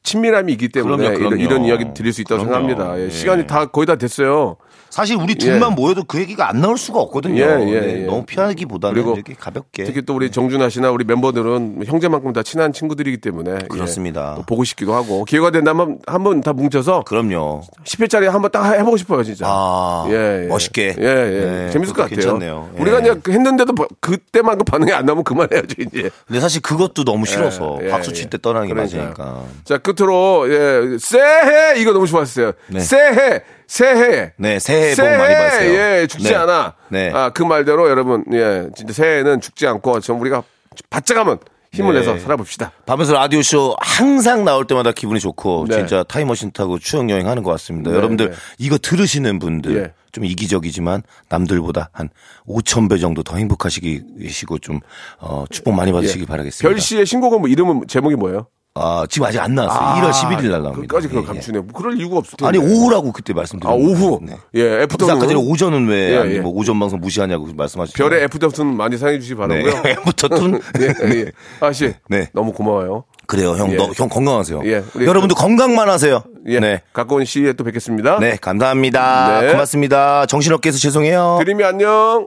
S3: 친밀함이 있기 때문에
S6: 그럼요, 그럼요.
S3: 이런, 이런 이야기 드릴 수 있다고
S6: 그럼요.
S3: 생각합니다. 예,
S6: 예.
S3: 시간이 다 거의 다 됐어요.
S6: 사실 우리 둘만 모여도 그 얘기가 안 나올 수가 없거든요.
S3: 예, 예,
S6: 네,
S3: 예.
S6: 너무 피하기보다는
S3: 그리고
S6: 이렇게 가볍게. 네.
S3: 특히 또 우리 정준하 씨나 우리 멤버들은 형제만큼 다 친한 친구들이기 때문에 예,
S6: 그렇습니다.
S3: 또 보고 싶기도 하고 기회가 된다면 한번 다 뭉쳐서
S6: 그럼요.
S3: 10회짜리 한번 딱 해보고 싶어요, 진짜.
S6: 아, 멋있게.
S3: 예, 예.
S6: 네,
S3: 재밌을 것
S6: 그것도
S3: 같아요.
S6: 괜찮네요. 예.
S3: 우리가 그냥 했는데도 바- 그때만큼 반응이 안 나면 그만해야죠, 이제.
S6: 근데 사실 그것도 너무 싫어서
S3: 예,
S6: 박수
S3: 예.
S6: 칠 때 떠나는 게
S3: 그러니까요.
S6: 맞으니까.
S3: 자, 끝으로, 예, 새해! 이거 너무 좋았어요. 새해! 새해!
S6: 네, 새해 복 많이 받으세요.
S3: 예, 죽지
S6: 네.
S3: 않아.
S6: 네.
S3: 아, 그 말대로 여러분, 예, 진짜 새해는 죽지 않고, 전 우리가 바짝 하면 힘을
S6: 네.
S3: 내서 살아봅시다.
S6: 밤에서 라디오 쇼 항상 나올 때마다 기분이 좋고
S3: 네.
S6: 진짜 타임머신 타고 추억 여행하는 것 같습니다.
S3: 네,
S6: 여러분들
S3: 네.
S6: 이거 들으시는 분들
S3: 예.
S6: 좀 이기적이지만 남들보다 한 5천 배 정도 더 행복하시고 좀 어, 축복 많이 받으시기 바라겠습니다.
S3: 예. 별 씨의 신곡은 뭐, 이름은, 제목이 뭐예요?
S6: 아, 지금 아직 안 나왔어요. 1월 11일 날 나옵니다.
S3: 끝까지 그걸
S6: 예,
S3: 감추네. 뭐 그럴 이유가 없을
S6: 예.
S3: 텐데.
S6: 아니 오후라고 네. 그때 말씀드렸는데.
S3: 아, 오후. 예, 애프터
S6: 아까 전에
S3: 는
S6: 오전은 왜
S3: 예,
S6: 아니
S3: 예.
S6: 뭐 오전 방송 무시하냐고 말씀하시죠.
S3: 별의 애프터 툰 많이 사랑해 주시기 바라고요.
S6: 네. 애프터 툰?
S3: 예, 예. 아씨,
S6: 네.
S3: 너무 고마워요.
S6: 그래요, 형,
S3: 예.
S6: 너, 형 건강하세요.
S3: 예, 우리
S6: 여러분도 건강만 하세요.
S3: 예,
S6: 네.
S3: 가까운 시에 또 뵙겠습니다.
S6: 네, 감사합니다.
S3: 네.
S6: 고맙습니다. 정신없게 해서 죄송해요.
S3: 드림이 안녕.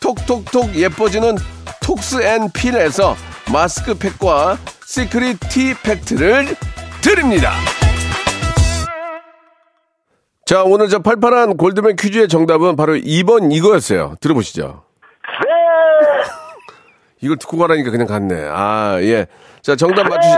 S3: 톡톡톡 예뻐지는 톡스앤필에서 마스크팩과 시크릿 티 팩트를 드립니다. 자, 오늘 저 팔팔한 골드맨 퀴즈의 정답은 바로 2번 이거였어요. 들어보시죠. 이걸 듣고 가라니까 그냥 갔네. 아, 예. 자, 정답 맞추신,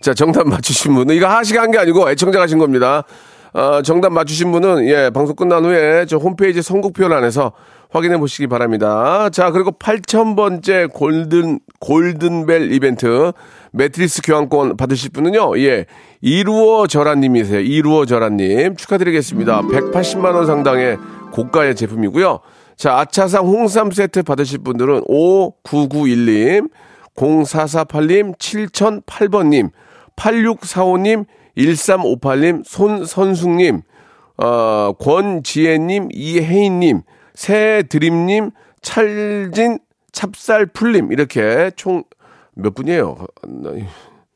S3: 자, 정답 맞추신 분은, 이거 하시가 한 게 아니고 애청자가 하신 겁니다. 아, 정답 맞추신 분은, 예, 방송 끝난 후에 저 홈페이지 선곡표 안에서 확인해 보시기 바랍니다. 자, 그리고 8,000번째 골든, 골든벨 이벤트, 매트리스 교환권 받으실 분은요, 예, 이루어져라님이세요. 이루어져라님. 축하드리겠습니다. 180만원 상당의 고가의 제품이고요. 자, 아차상 홍삼 세트 받으실 분들은 5991님, 0448님, 7008번님, 8645님, 1358님, 손선숙님, 어, 권지혜님, 이혜인님, 새드림님, 찰진 찹쌀풀님 이렇게 총 몇 분이에요?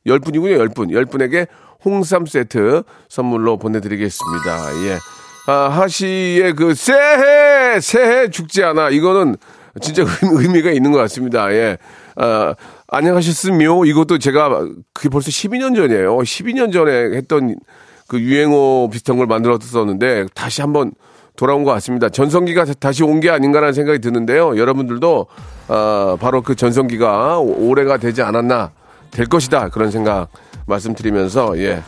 S3: 열 분이군요, 열 분. 열 분에게 홍삼 세트 선물로 보내드리겠습니다. 예. 아, 하시의 그 새해, 새해 죽지 않아. 이거는 진짜 의- 의미가 있는 것 같습니다. 예. 아, 안녕하셨으며 이것도 제가 그게 벌써 12년 전이에요. 12년 전에 했던 그 유행어 비슷한 걸 만들었었는데 다시 한번 돌아온 것 같습니다. 전성기가 다시 온 게 아닌가라는 생각이 드는데요. 여러분들도 아, 바로 그 전성기가 오- 올해가 되지 않았나 될 것이다 그런 생각 말씀드리면서 예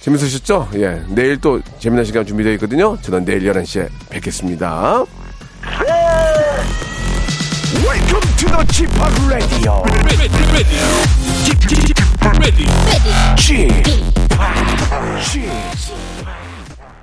S3: 재밌으셨죠? 예 내일 또 재미난 시간 준비되어 있거든요. 저는 내일 11시에 뵙겠습니다.
S1: Welcome to the Chip Radio. Chip